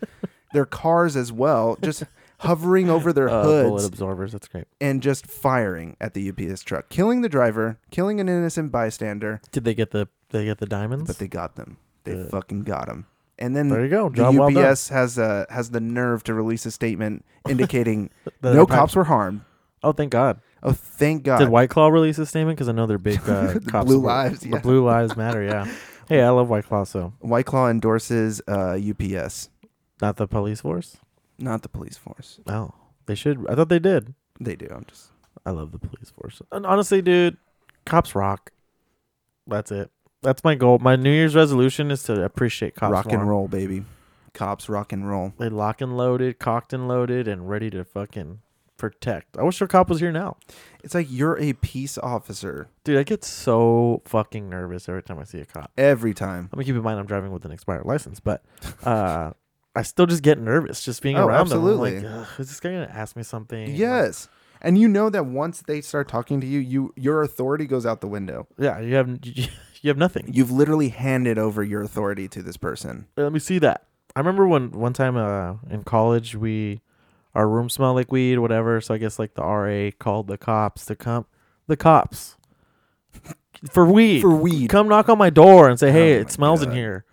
Their cars as well, just hovering over their
Uh,
hoods
bullet absorbers. That's great.
and just firing at the UPS truck, killing the driver, killing an innocent bystander,
Did they get the they get the diamonds?
but they got them. They fucking got them. And then
There you go.
the
Job well done.
UPS has uh, has the nerve to release a
[LAUGHS]
statement indicating
That
no
they're
cops were harmed.
oh, thank God.
Oh, thank God.
Did White Claw release a statement? Because I know they're
[LAUGHS]
big uh,
The
cops.
Blue
support-
Lives,
The
yeah.
Blue Lives Matter. Yeah.
[LAUGHS]
hey, I love White Claw. So
White Claw endorses uh, UPS,
not the police force.
not the police force.
Oh, they should. I thought they did.
They do. I'm just
I love the police force. And honestly, dude, cops rock. That's it. That's my goal. My New Year's resolution is to appreciate cops.
rock
more.
and roll, baby. Cops rock and roll.
They lock and loaded, cocked and loaded, and ready to fucking protect. I wish your cop was here now.
It's like you're a peace officer
Dude, I get so fucking nervous every time I see a cop.
every time.
Let me keep in mind I'm driving with an expired
[LAUGHS]
license, but uh, I still just get nervous just being
Oh,
around them.
absolutely.
I'm like, "Ugh, is this guy gonna ask me something? Like,
Yes. And you know that once they start talking to you, you your authority goes out the window.
yeah, you have [LAUGHS] you have nothing.
You've literally handed over your authority to this person.
Let me see that. I remember when one time uh, in college we our room smelled like weed, whatever. So I guess like the RA called the cops to come. The cops for weed.
For weed.
Come knock on my door and say, "Hey,
Oh my
it smells in
God.
here."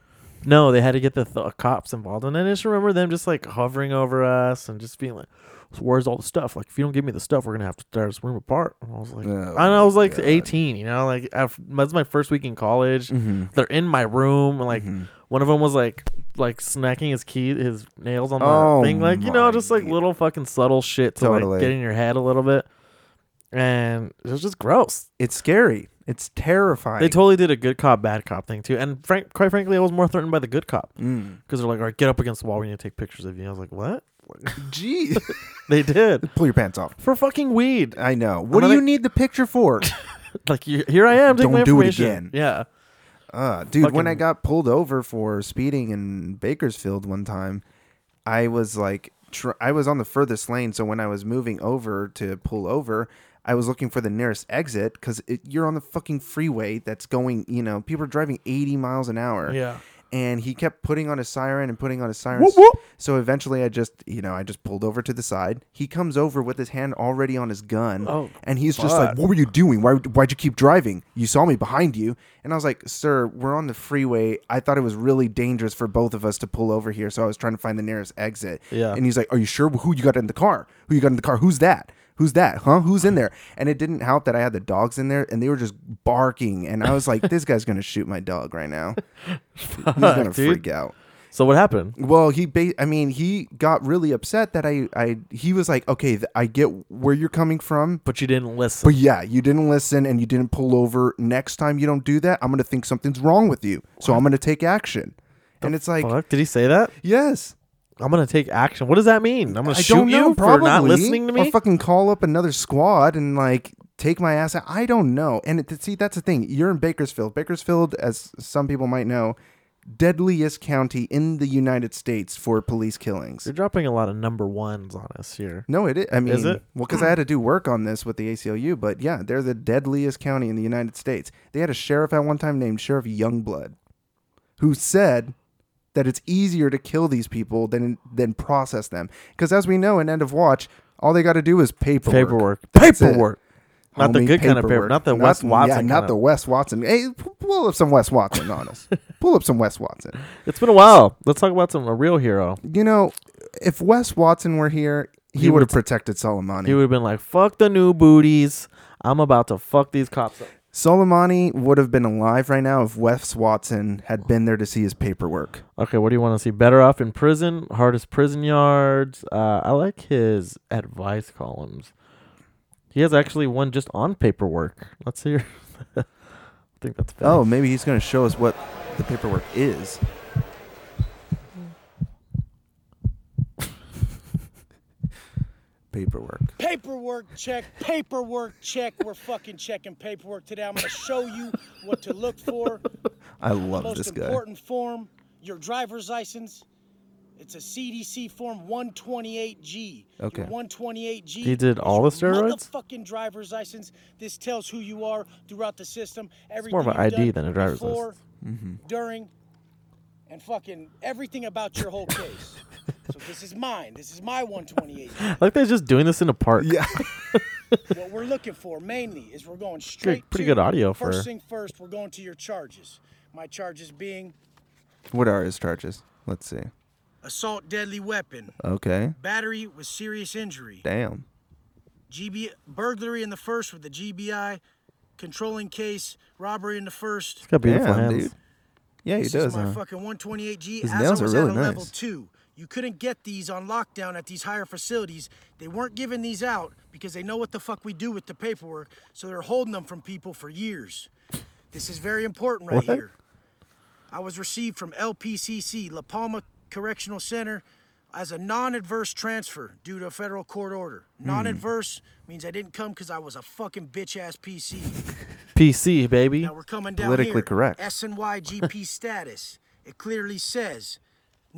No, they had to get the th- cops involved, and I just remember them just like hovering over us and just being like, "So "Where's all the stuff? Like, if you don't give me the stuff, we're gonna have to tear this room apart." And I was like,
Oh
and
my
I was like
God.
18, you know, like af- that's my first week in college.
Mm-hmm.
They're in my room, and like
Mhm.
one of them was like like snacking his key, his nails on the
Oh
thing, like you know,
my
just like
God.
little fucking subtle shit to
Totally.
like get in your head a little bit, and it was just gross.
It's scary. It's terrifying.
They totally did a good cop, bad cop thing too. And frank, quite frankly, I was more threatened by the good cop
Mm.
because they're like, "All right, get up against the wall. We need to take pictures of you." I was like, "What?"
Gee.
They did
[LAUGHS]
[LAUGHS]
Pull your pants off.
for fucking weed.
I know. What do
Another-
you need the picture for?
Like you, here I am. Take my
Don't do it
information.
again.
Yeah,
Uh, dude, when I
Fucking-
got pulled over for speeding in Bakersfield one time, I was like, tr- I was on the furthest lane. So when I was moving over to pull over, I was looking for the nearest exit because you're on the fucking freeway that's going, you know, people are driving 80 miles an hour.
yeah.
and he kept putting on his siren and putting on his siren.
Whoop, whoop.
So eventually, I just you know I just pulled over to the side. He comes over with his hand already on his gun,
Oh,
and he's just like,
fuck.
"What were you doing? Why why'd you keep driving? You saw me behind you." And I was like, "Sir, we're on the freeway. I thought it was really dangerous for both of us to pull over here, so I was trying to find the nearest exit."
Yeah.
And he's like, "Are you sure? Who you got in the car? Who you got in the car? Who's that?" Who's that? Huh? Who's in there? [LAUGHS] And it didn't help that I had the dogs in there and they were just barking. And I was like, this guy's going to shoot my dog right
[LAUGHS]
now. He's
Fuck,
gonna
dude.
freak out.
So what happened?
Well, he, ba- I mean, he got really upset that I, I, he was like, okay, th- I get where you're coming from,
But you didn't listen.
but yeah, you didn't listen and you didn't pull over. Next time you don't do that, I'm gonna think something's wrong with you, so I'm gonna take action. and it's like,
Fuck, did he say that?
yes,
I'm gonna take action. What does that mean? I'm gonna
I
shoot
don't know,
you
probably
for not listening to
Or
me.
fucking call up another squad and like take my ass out. I don't know. And it, see, that's the thing. You're in Bakersfield. Bakersfield, as some people might know, deadliest county in the United States for police killings.
You're dropping a lot of number ones on us here.
No, it. I I mean,
Is it?
well, because I had to do work on this with the ACLU, but yeah, they're the deadliest county in the United States. They had a sheriff at one time named Sheriff Youngblood, who said that it's easier to kill these people than than process them, because as we know in End of Watch, all they got to do is paperwork.
Paperwork,
That's it.
paperwork. Not the
Homie,
good kind of paper, not the Wes Watson.
Yeah,
kind
not
of-
the Wes Watson. Hey, p- pull up some Wes Watson on
[LAUGHS]
us. Pull up some Wes Watson.
It's been a while. Let's talk about some a real hero.
You know, if Wes Watson were here, he,
He
would have
would've-
protected Soleimani.
He would have been like, "Fuck the new booties. I'm about to fuck these cops up."
Soleimani would have been alive right now if Wes Watson had been there to see his paperwork.
Okay, what do you want to see? Better off in prison, hardest prison yards. Uh, I like his advice columns. He has actually one just on paperwork. Let's hear. [LAUGHS] I think that's funny.
Oh, maybe he's going to show us what the paperwork is. paperwork.
Paperwork check, paperwork check. We're fucking checking paperwork today. I'm gonna show you what to look for.
I love
Most
this guy.
important form, your driver's license. It's a CDC form 128G.
Okay.
128G.
He did
is
all
your
the steroids?
Motherfucking driver's license. This tells who you are throughout the system. Everything
more of an
you've
ID
done
than a driver's
before,
license. Mm-hmm.
During and fucking everything about your whole case. so this is mine. This is my 128G.
I like they're just doing this in a park. Yeah.
What we're looking for mainly is we're going straight.
pretty
to,
good audio
first
for-
thing first. We're going to your charges. My charges being
[LAUGHS] What are his charges? Let's see.
assault, deadly weapon,
Okay.
battery with serious injury,
Damn.
GB burglary in the first with the GBI, controlling case, robbery in the first.
Got beautiful
Damn,
hands.
dude. Yeah, he
this
does.
is my
huh?
fucking 128G.
His
As
nails are
I was
really
at a level
nice.
two, you couldn't get these on lockdown at these higher facilities. They weren't giving these out because they know what the fuck we do with the paperwork, so they're holding them from people for years. This is very important right
What?
here. I was received from LPCC, La Palma Correctional Center, as a non-adverse transfer due to a federal court order.
Hmm.
Non-adverse means I didn't come because I was a fucking bitch-ass PC.
PC baby.
Now we're coming down
Politically
here.
correct.
[LAUGHS]
SNYGP status. It clearly says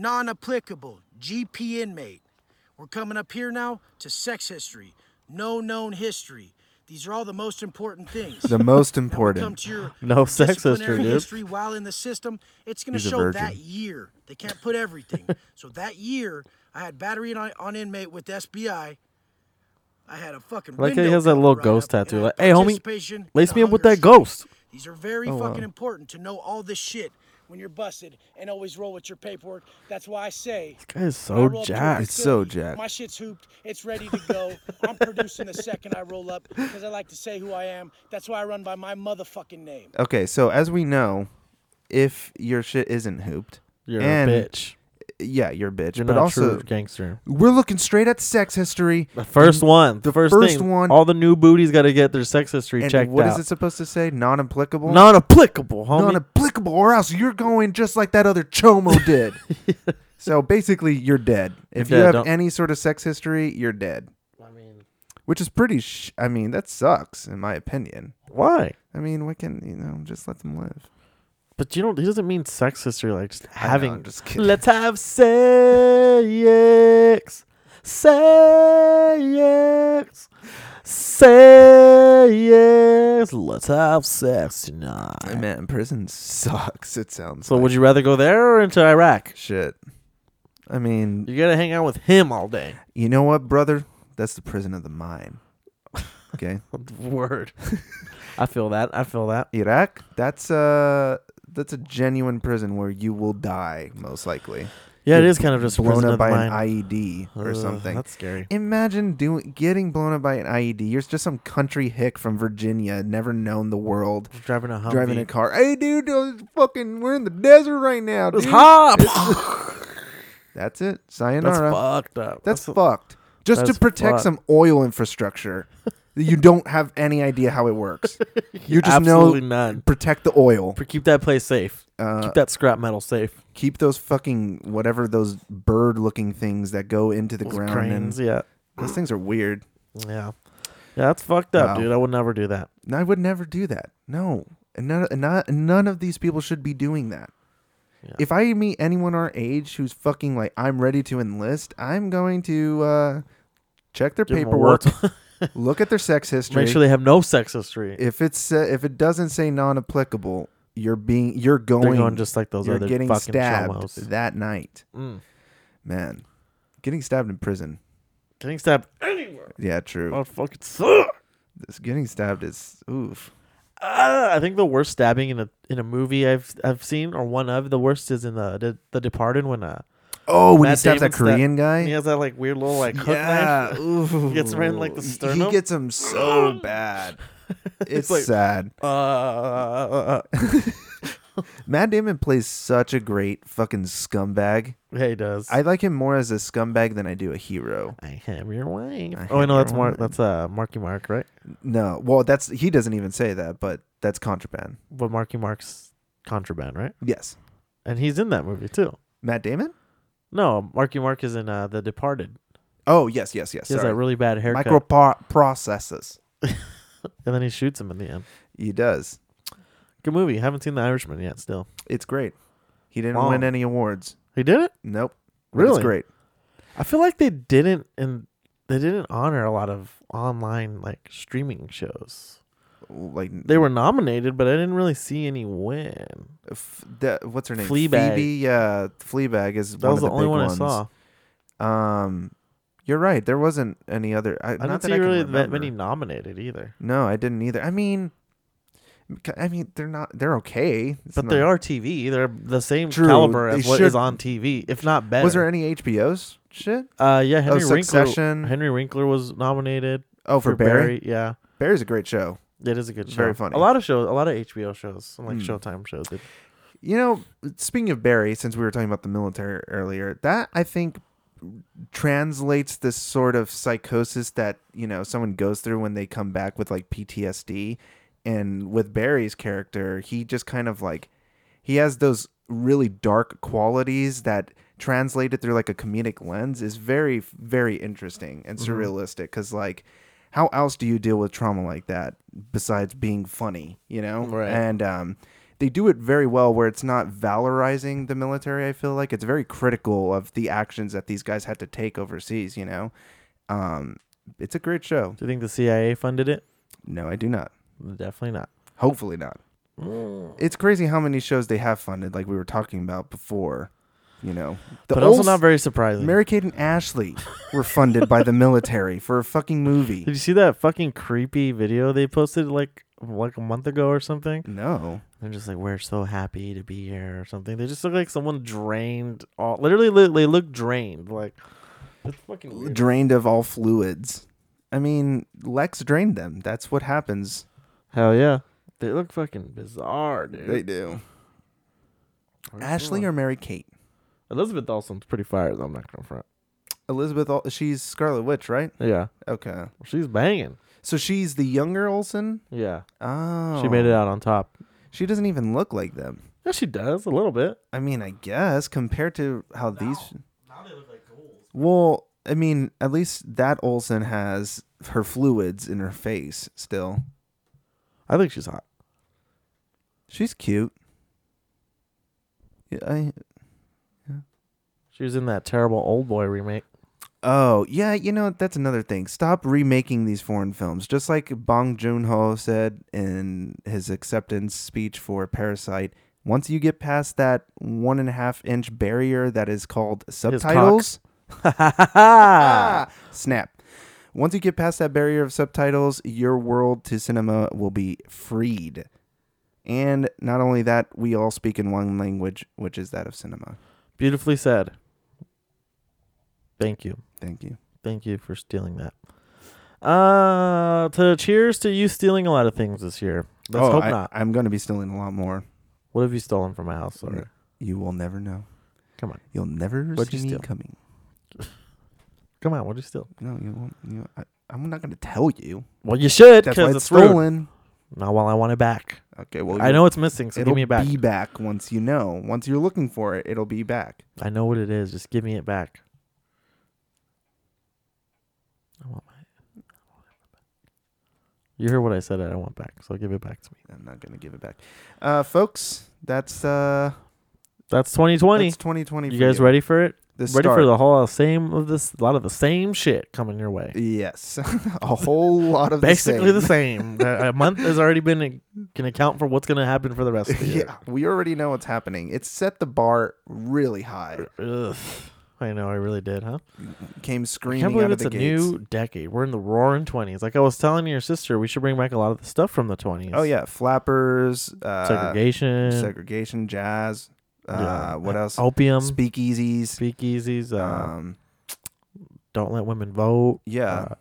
non-applicable GP inmate. We're coming up here now to sex history, no known history. These are all the most important things. [LAUGHS]
The most
Now we come
important.
to your
No sex
disciplinary
history, dude.
history while in the system. It's going to
He's a
show
virgin.
that year. They can't put
[LAUGHS]
everything. so that year, I had battery on, on inmate with SBI. I had a fucking.
Like he
window
has that little
cover
ghost
write-up,
tattoo.
and I
Like,
had
hey homie,
participation
lace
in
me
a
up with
hunger
that
strike."
ghost.
These are very
Oh,
fucking important to know all this shit when you're busted and always roll with your paperwork. That's why I say.
This guy is
when I
so
roll up to a
jacked.
It's so
facility,
jacked.
My shit's hooped. It's ready to go. I'm producing the second I roll up because I like to say who I am. That's why I run by my motherfucking name.
Okay, so as we know, if your shit isn't hooped,
You're
and-
a bitch.
Yeah, you're a bitch.
You're
but
not
also,
true gangster.
we're looking straight at sex history.
The first one. The first,
first
thing,
one-
All the new booties got to get their sex history
And
checked
what is
out.
it supposed to say? Non-applicable.
Not applicable, homie.
Non-applicable, or else you're going just like that other
[LAUGHS]
chomo did. So basically, you're dead. If
You're
you
dead,
have
don't-
any sort of sex history, you're dead.
I mean,
Which is pretty. Sh- I mean, that sucks, in my opinion.
why?
I mean, why can you know? Just let them live.
But you don't. He doesn't mean sex history. Like just
know,
having.
I'm just kidding.
Let's have sex. Say yes. Say yes. Let's have sex tonight.
I man, prison sucks. It sounds
So
like
would you rather go there or into Iraq?
shit. I mean,
You gotta hang out with him all day. [LAUGHS]
you know what, brother? That's the prison of the mind. Okay,
Word. I feel that. I feel that.
Iraq. That's a that's a genuine prison where you will die most likely.
Yeah, it
You're
is kind of just a
blown
prison
up
of the
by
mind.
an IED or
Ugh,
something.
That's scary.
Imagine doing getting blown up by an IED. You're just some country hick from Virginia, never known the world,
Driving a Humvee.
driving a car. Hey, dude, uh, fucking, we're in the desert right now.
It's
dude."
hot.
[LAUGHS] That's it.
[LAUGHS] That's
Sayonara.
fucked up.
That's, fucked. Just
that's
to protect
fucked.
some oil
[LAUGHS]
infrastructure. that you don't have any idea how it works. You just
absolutely
know
none.
protect the oil.
For keep that place safe.
Uh,
keep that scrap metal safe.
Keep those fucking whatever those bird looking things that go into the
Those
ground.
cranes,
and,
yeah,
Those things are weird.
yeah, yeah. That's fucked up,
Wow.
dude. I would never do that.
And I would never do that. No. And none, and not, none of these people should be doing that.
Yeah.
If I meet anyone our age who's fucking like, I'm ready to enlist, I'm going to uh, check their
Give 'em a
paperwork,
[LAUGHS] warts-
look at their sex history.
Make sure they have no sex history.
if it's uh, if it doesn't say non-applicable, you're being you're going,
They're going just like those
you're
other
getting
fucking
stabbed
chomos.
that night.
Mm.
Man, getting stabbed in prison.
Getting stabbed anywhere.
Yeah, true.
Oh, fucking suck.
This getting stabbed is oof.
Ah, I think the worst stabbing in a in a movie I've I've seen or one of the worst is in the the, the Departed when uh
Oh, when he
Matt
stabs that
Damon's
Korean guy.
he has that like weird little like hook
yeah,
knife.
ooh.
Gets right in, like, the
He
sternum.
gets him
[GASPS]
so
[LAUGHS]
bad. It's,
like-
sad.
Uh,
Matt Damon plays such a great fucking scumbag.
yeah, he does.
I like him more as a scumbag than I do a hero.
I have your wife.
I
oh, wait,
have
no,
your
that's Mark.
wife.
That's uh, Marky Mark, right?
No, well, that's he doesn't even say that, but that's contraband.
But Marky Mark's contraband, right?
Yes,
And he's in that movie too.
Matt Damon.
No, Marky Mark is in uh, The Departed.
Oh yes, yes, yes.
He has
sorry.
that really bad haircut,
Microprocessors.
and then he shoots him in the end.
He does.
Good movie. Haven't seen The Irishman yet. Still,
It's great. He didn't
Wow.
win any awards.
he did it.
Nope. But It's
Really?
great.
I feel like they didn't, and they didn't honor a lot of online like streaming shows.
Like
They were nominated, but I didn't really see any win.
f- that, what's her name?
Fleabag.
Phoebe. Yeah, Fleabag is
That
one of
was
the,
the, only
big
one
ones.
I saw.
saw. Um, you're right. There wasn't any other. I,
I
not
didn't
that
see
I can
really that many
remember.
nominated either.
No, I didn't either. I mean, I mean, they're not. They're okay. It's
But they
not-
are TV. They're the same
True,
caliber as
they
what
should-
is on TV, if not better.
Was there any HBO's shit?
Uh, yeah, Henry
Succession?
Winkler. Henry Winkler was nominated
Oh, for, Barry?
Yeah,
Barry's a great show.
it is a good show.
Very funny. Hmm.
A lot of shows, a lot of HBO shows, and like Showtime shows. Did.
You know, speaking of Barry, since we were talking about the military earlier, that I think translates this sort of psychosis that, you know, someone goes through when they come back with like PTSD. And with Barry's character, he just kind of like he has those really dark qualities that translated through like a comedic lens is very very interesting and surrealistic cuz like how else do you deal with trauma like that besides being funny, you know?
Right.
And um they do it very well where it's not valorizing the military, I feel like it's very critical of the actions that these guys had to take overseas, you know. Um it's a great show.
Do you think the CIA funded it?
No, I do not.
Definitely not.
Hopefully not.
Mm.
It's crazy how many shows they have funded, like we were talking about before. You know, the
but also
old
not very surprising.
Mary Kate and Ashley were funded by the military for a fucking
Did [LAUGHS] you
movie.
see that fucking creepy video they posted like like a month ago or something?
No,
They're just like, we're so happy to be here or something. They just look like someone drained. All literally, li- they look drained. Like it's fucking weird.
drained of all fluids. I mean, Lex drained them. That's what happens.
Hell yeah. They look fucking bizarre, dude.
do. Ashley or Mary Kate?
Elizabeth Olsen's pretty fired, though. I'm not gonna front.
Elizabeth, Ol- she's Scarlet Witch, right?
Yeah,
Okay,
she's banging.
so she's the younger Olsen.
Yeah,
Oh,
she made it out on top.
She doesn't even look like them.
Yeah, she does a little bit.
I mean, I guess compared to how these. Well, I mean, at least that Olsen has her fluids in her face still.
I think she's hot.
She's cute. Yeah, I
She was in that terrible old boy remake.
Oh, yeah, you know, that's another thing. Stop remaking these foreign films. Just like Bong Joon Ho said in his acceptance speech for Parasite, once you get past that one and a half inch barrier that is called subtitles,
Ah.
ah, snap. Once you get past that barrier of subtitles, your world to cinema will be freed. And not only that, we all speak in one language, which is that of cinema.
Beautifully said. Thank you.
Thank you.
Thank you for stealing that. Uh, to cheers to you stealing a lot of things this year. Let's
Oh,
hope
I,
not.
I'm going to be stealing a lot more.
What have you stolen from my house? Sorry.
You will never know.
Come on.
You'll never
What'd
see
you
me
steal?
coming.
Come on. What did you steal?
No, you won't. You, I, I'm not going to tell you.
Well, you should
That's why
because
it's
it's stolen.
stolen.
Not while I want it back.
Okay, well,
I
you-
know it's missing, so
it'll
give me it back.
be back once you know. Once you're looking for it, it'll be back.
I know what it is. Just give me it back. I want my. I want it back. You heard what I said. I want back, so give it back to me.
I'm not going to give it back. Uh, folks, that's uh,
That's 2020.
that's 2020.
you
for
guys ready for it?
The
ready
start.
for the whole same of this? A lot of the same shit coming your way.
Yes, [LAUGHS] a whole lot of
Basically
the
the
same.
same. a a month has already been can account for what's going to happen for the rest of the year.
[LAUGHS] [LAUGHS] Yeah, we already know what's happening. It's set the bar really high.
Ugh. I know. I really did, huh?
Came
I
screaming
can't believe
out of
it's
the
a
gates.
new decade. We're in the roaring twenties. Like I was telling your sister, we should bring back a lot of the stuff from the twenties.
Oh yeah, flappers, uh,
segregation,
segregation, jazz. Uh,
yeah,
What
uh,
else?
Opium,
Speakeasies.
speakeasies. Uh,
um,
don't let women vote.
yeah,
uh,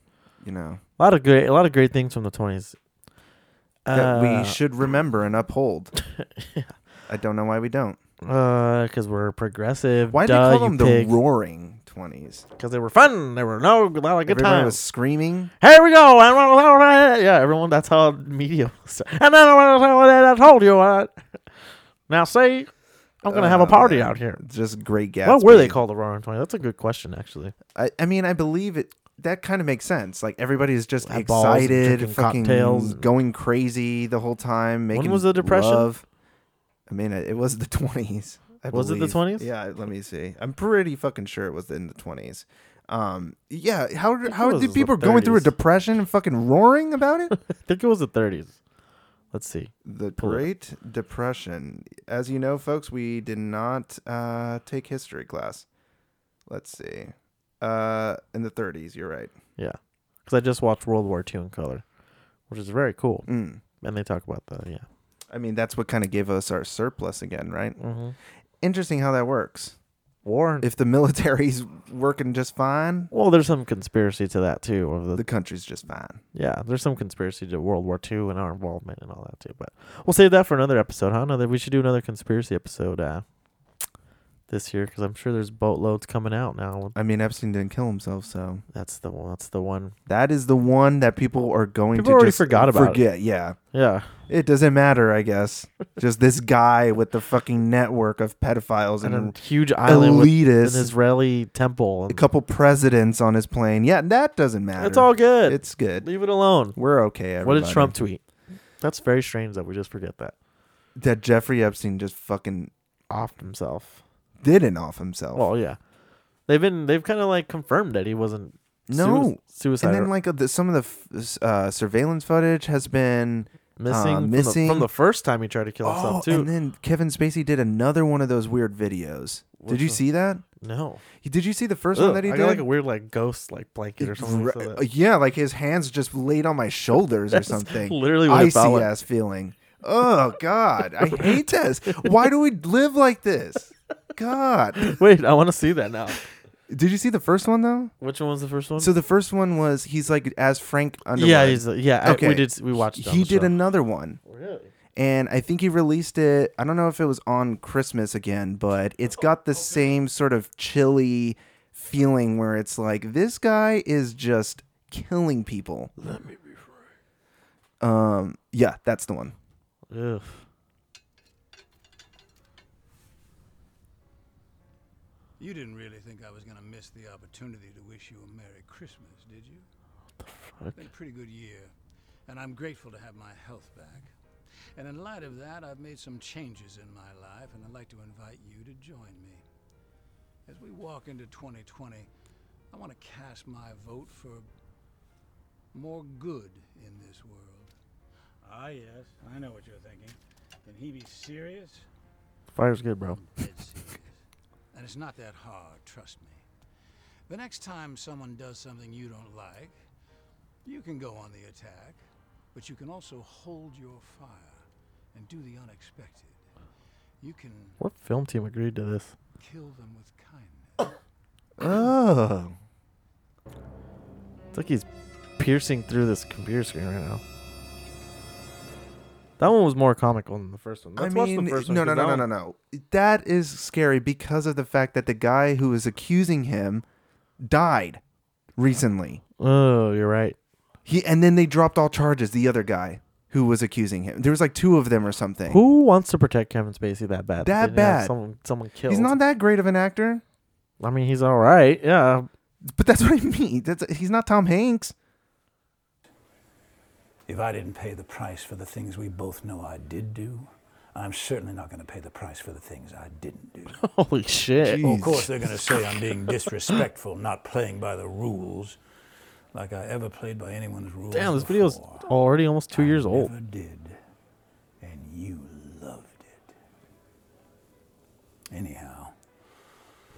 you know
A lot of great, a lot of great things from the twenties. Uh,
that we should remember and
[LAUGHS]
uphold. I don't know why we don't.
because Uh, we're progressive.
Why do
Duh,
they
you
call them
pig.
the Roaring Twenties?
Because they were fun. They were no a lot of good
Everybody
times.
was screaming.
Here we go. I don't know what I- Yeah, everyone. That's how media. [LAUGHS] Was. And then I don't know what I told you. I- Now say, I'm gonna have a
Oh,
party
man.
out here.
Just great Gatsby.
What were they called the roaring twenty? That's a good question, actually.
I, I mean, I believe it. That kind of makes sense. Like everybody's just
Had balls and
excited,
drinking
fucking
cocktails.
going crazy the whole time. Making
was the depression?
love. I mean, it was the twenties.
Was it the 20s?
Yeah. Let me see. I'm pretty fucking sure it was in the twenties. Um. Yeah. How
think it
how
was
did
the
people going through a
30s.
depression and fucking roaring about
[LAUGHS]
it?
I think it was the 30s. Let's see.
the
Pull it up.
Great Depression. As you know, folks, we did not uh, take history class. Let's see. Uh, in the 30s. You're right.
Yeah, because I just watched World War II in color, which is very cool.
Mm.
And they talk about that. Yeah.
I mean, that's what kind of gave us our surplus again, right?
Mm-hmm.
Interesting how that works.
War.
If the [LAUGHS] military's working just fine,
well, there's some conspiracy to that too. Of the,
the country's just fine.
yeah, there's some conspiracy to World War II and our involvement and all that too. But we'll save that for another episode. Huh? Another. We should do another conspiracy episode. Uh, this year, because I'm sure there's boatloads coming out now.
I mean, Epstein didn't kill himself, so
That's the one. That's the one.
that is the one that people are going
People
to
already
just
forgot about it.
forget. Yeah,
Yeah.
it doesn't matter, I
[LAUGHS]
guess. just this guy with the fucking network of pedophiles and,
And a huge island with
elitist.
an Israeli temple.
a
And
couple presidents on his plane. Yeah, that doesn't matter.
it's all good.
It's good.
Leave it alone.
We're okay. Everybody.
What did Trump tweet? That's very strange that we just forget that.
That Jeffrey Epstein just fucking
Off himself.
didn't off himself.
Well, yeah. They've been they've kind of like confirmed that he wasn't sui-
No.
suicide
and then like uh, the, some of the f- s- uh, surveillance footage has been
missing, from the- From,
uh, missing.
the, first time he tried to kill
oh,
himself too.
and then Kevin Spacey did another one of those weird videos.
Which
did you
one?
see that?
no,
Did you see the first
Ugh,
one that he
I
did?
got like a weird like ghost like blanket or something.
Re-
so that-
uh, yeah, like his hands just laid on my shoulders or
That's
something.
literally what it
icy
felt like.
ass feeling. Oh God, I hate this. Why do we live like this? God,
[LAUGHS] Wait, I want to see that now.
did you see the first one though?
Which one was the first one?
So the first one was he's like as Frank Underwood.
yeah, he's, yeah. I- we
Okay.
did. We watched. it on
He
the
did
show.
another one.
Really?
and I think he released it. I don't know if it was on Christmas again, but it's got the same sort of chilly feeling where it's like this guy is just killing people. Let me be free. Um, yeah, that's the one.
Ugh.
You didn't really think I was going to miss the opportunity to wish you a Merry Christmas, did you? It's been a pretty good year, and I'm grateful to have my health back. And in light of that, I've made some changes in my life, and I'd like to invite you to join me. As we walk into 2020,
I want to cast my vote for more good in this world. Ah, yes, I know what you're thinking. Can he be serious?
Fire's good, bro.
And it's not that hard, trust me. The next time someone does something you don't like, you can go on the attack, but you can also hold your fire and do the unexpected. You can
What film team agreed to this?
kill them with kindness.
Oh. It's like he's piercing through this computer screen right now. That one was more comical than the first one. Let's
I
watch
mean,
the first one.
no, no,
'cause
no, no,
that
no,
one-
no. That is scary because of the fact that the guy who is accusing him died recently.
Oh, you're right.
He and then they dropped all charges. The other guy who was accusing him, there was like two of them or something.
Who wants to protect Kevin Spacey that
That
bad? they have
bad.
Someone, someone killed.
He's not that great of an actor,
I mean, he's all right. Yeah. [LAUGHS]
but that's what I mean. That's he's not Tom Hanks.
If I didn't pay the price for the things we both know I did do, I'm certainly not going to pay the price for the things I didn't do.
Holy shit.
Well, of course, they're going to say I'm being disrespectful, not playing by the rules, like I ever played by anyone's rules.
Damn, this video's already almost two years old.
Never did, and you loved it. Anyhow.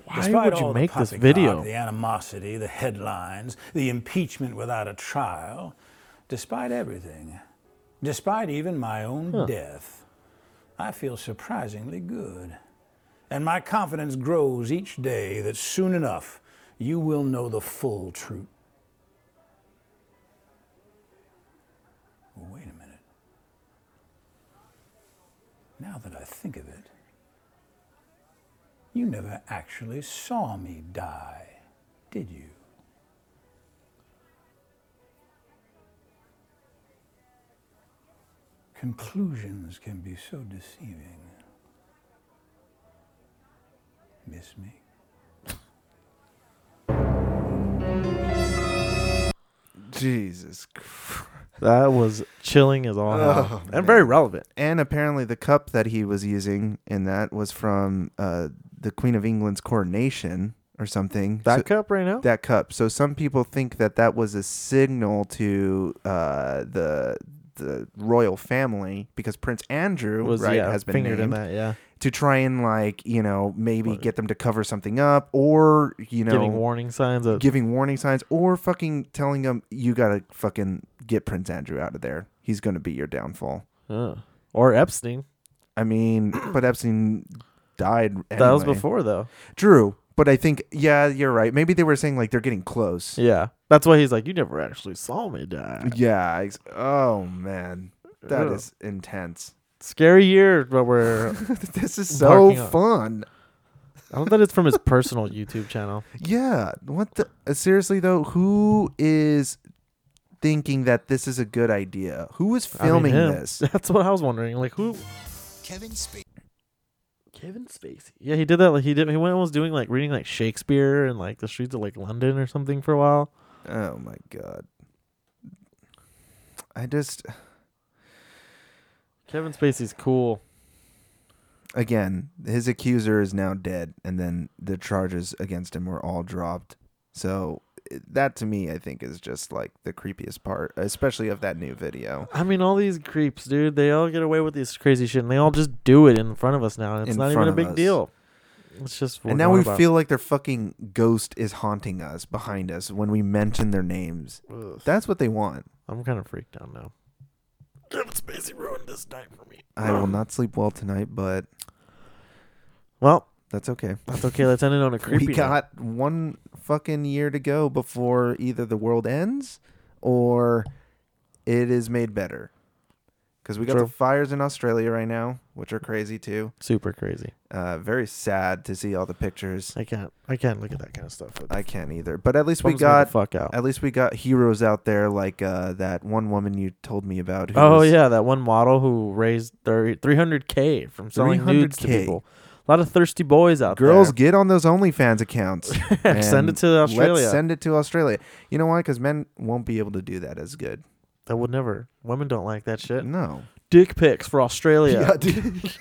Why
despite
would you
all the
make this
poppycock,
video?
The animosity, the headlines, the impeachment without a trial, despite everything, despite even my own
Huh.
death, I feel surprisingly good. And my confidence grows each day that soon enough you will know the full truth. Well, wait a minute. Now that I think of it, you never actually saw me die, did you? Conclusions can be so deceiving. Miss me?
Jesus Christ.
That was chilling as all
Oh,
hell. and very relevant.
And apparently, the cup that he was using in that was from uh, the Queen of England's coronation or something.
That
So-
cup right now?
That cup. So some people think that that was a signal to uh, the the royal family because Prince Andrew
Was,
right
yeah,
has been
fingered in
named,
that, yeah.
to try and like you know maybe get them to cover something up or you know
Giving warning signs of-
giving warning signs or fucking telling them you gotta fucking get Prince Andrew out of there. He's gonna be your downfall.
Huh. Or Epstein.
I mean,
[CLEARS THROAT]
but Epstein died.
That was
anyway.
before, though.
True, but I think yeah, you're right. Maybe they were saying like they're getting close.
Yeah, that's why he's like, you never actually saw me die.
Yeah. ex- oh man, that is
Ugh.
intense. [LAUGHS]
Scary year, but we're
this is so fun.
I love that it's from his personal YouTube channel.
Yeah. What the? uh, Seriously though, who is thinking that this is a good idea? Who is
I mean,
filming
him.
this?
[LAUGHS] That's what I was wondering. Like who?
Kevin Spacey.
Kevin Spacey. Yeah, he did that. Like he did. He went and was doing like reading like Shakespeare and like the streets of like London or something for a while.
Oh my god. I just
Kevin Spacey's cool.
Again, his accuser is now dead, and then the charges against him were all dropped. So it- that to me, I think, is just like the creepiest part, especially of that new video.
I mean, all these creeps, dude. They all get away with this crazy shit, and they all just do it in front of us now. And it's
In
not even
front
a
of
big
us.
deal. It's just. what
and
we're
now we
going about.
feel like their fucking ghost is haunting us behind us when we mention their names.
Ugh.
That's what they want.
I'm kind of freaked out now.
Kevin Spacey ruined this night for me.
I will [SIGHS] not sleep well tonight, but
well,
that's okay. [LAUGHS]
That's okay. Let's end it on a creepy
We
note.
got one fucking year to go before either the world ends or it is made better. Because we got
True.
the fires in Australia right now, which are crazy too.
Super crazy.
Uh, very sad to see all the pictures.
I can't. I can't look at that kind of stuff.
I can't either. But at least we
Bums me the
got
fuck out.
At least we got heroes out there like uh, that one woman you told me about. Who
Oh
was-
yeah, that one model who raised thir- 300k from selling nudes to
300K.
people. A lot of thirsty boys out
Girls,
there.
get on those OnlyFans
[LAUGHS]
accounts.
Send it
and
to Australia.
Let's send it to Australia. You know why? Because men won't be able to do that as good.
I would never. Women don't like that shit.
No.
dick pics for Australia.
[LAUGHS] Yeah, dude.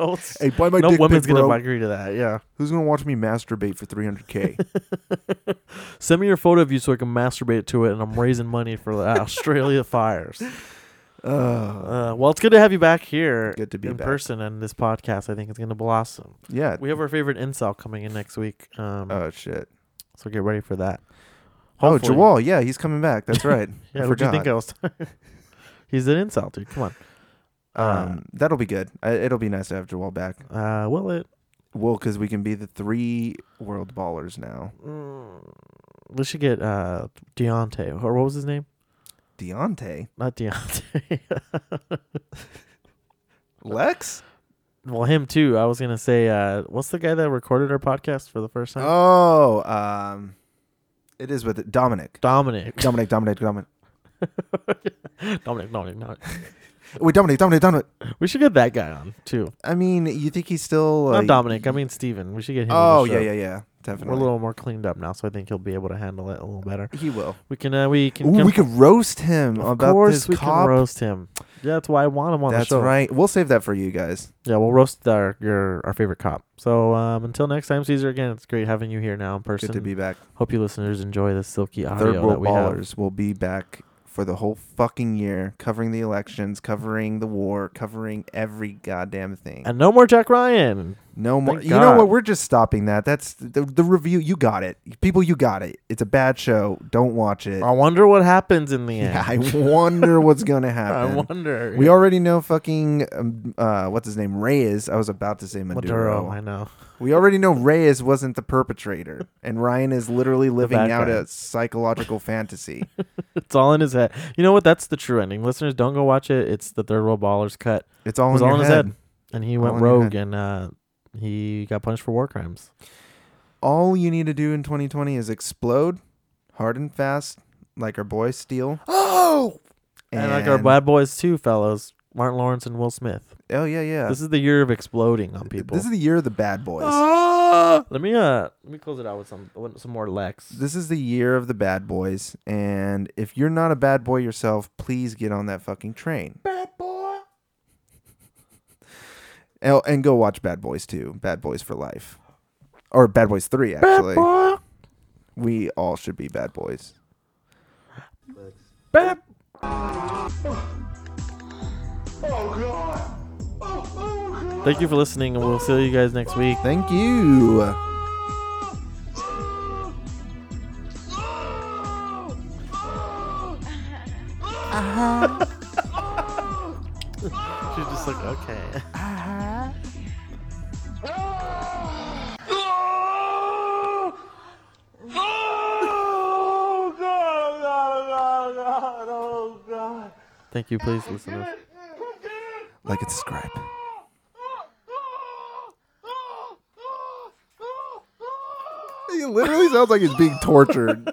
no,
Hey, buy my
Oh, no
dick pic,
woman's gonna
bro.
agree to that. Yeah.
Who's gonna watch me masturbate for
[LAUGHS]
300k?
Send me your photo of you so I can masturbate to it, and I'm raising money for the Australia fires. Uh, well, it's good to have you back here. Good to
be
in
back.
person, and this podcast I think is going to blossom.
Yeah.
we have our favorite incel coming in next week. Um,
oh shit!
So get ready for that.
Oh, Jawal, yeah, he's coming back.
[LAUGHS]
That's right.
yeah,
I
what do you think I
forgot.
was? [LAUGHS] He's an incel, dude. Come on.
Um, that'll be good. I, it'll be nice to have Jawal back.
Uh, will it?
Well, because we can be the three world ballers now.
mm, We should get uh Deontay, or what was his name?
Deontay,
Not Deontay. [LAUGHS]
Lex.
well, him too. I was gonna say, uh, what's the guy that recorded our podcast for the first time?
Oh, um, it is with it. Dominic. [LAUGHS]
Dominic.
Dominic. Dominic. Dominic.
Dominic, Dominic, Dominic.
Wait, Dominic. Dominic. Dominic.
We should get that guy on too.
I mean, you think he's still uh,
Not Dominic. I mean Steven. We should get him.
Oh
on the
yeah,
show.
yeah, yeah.
We're a
Definitely.
little more cleaned up now, so I think he'll be able to handle it a little better.
He will.
We can. Uh, we can.
Ooh,
come-
we could roast him
Of
about
course,
this
we
cop.
can roast him. Yeah, that's why I want him on
That's
the show.
right. We'll save that for you guys.
Yeah, we'll roast our your our favorite cop. So um, until next time, Caesar. Again, it's great having you here now in person.
to be back.
Hope you listeners enjoy the silky audio
Third
that
World
we have.
Ballers will be back for the whole fucking year, covering the elections, covering the war, covering every goddamn thing.
And no more Jack Ryan.
No more.
Thank
you know
God.
what? We're just stopping that. That's the, the review. You got it, people. You got it. It's a bad show. Don't watch it.
I wonder what happens in the
[LAUGHS]
end.
Yeah, [LAUGHS] I wonder what's
[LAUGHS]
gonna happen.
wonder.
We already know fucking um, uh, what's his name Reyes. I was about to say Maduro.
Maduro, I know. [LAUGHS]
We already know Reyes wasn't the perpetrator, and Ryan is literally living
bad
out
guy.
a psychological
[LAUGHS]
fantasy.
It's all in his head. You know what? That's the true ending. Listeners, don't go watch it. It's the third world ballers cut.
It's all
It was
in your
his
head.
head. And he
All
went
in your
rogue and uh, he got punished for war crimes.
All you need to do in 2020 is explode hard and fast, like our boy Steele.
[GASPS] Oh, and, like our
And-
bad boys too, fellows, Martin Lawrence and Will Smith.
Oh yeah, yeah.
This is the year of exploding on people.
This is the year of the bad boys.
let me uh let me close it out with some with some more Lex.
This is the year of the bad boys, and if you're not a bad boy yourself, please get on that fucking train. Bad boy. [LAUGHS] Oh, and go watch Bad Boys 2, Bad Boys for Life. Or Bad Boys 3 actually. We all should be bad boys.
Oh god! Oh, oh god!
Thank you for listening, and we'll see you guys next week.
Thank you.
She's just like, okay.
Oh god! Oh god! God! Oh god!
Thank you, please, listeners.
Like it's subscribe. He literally sounds like he's being [LAUGHS] tortured.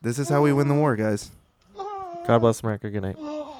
This is how we win the war, guys.
God bless America. Good night.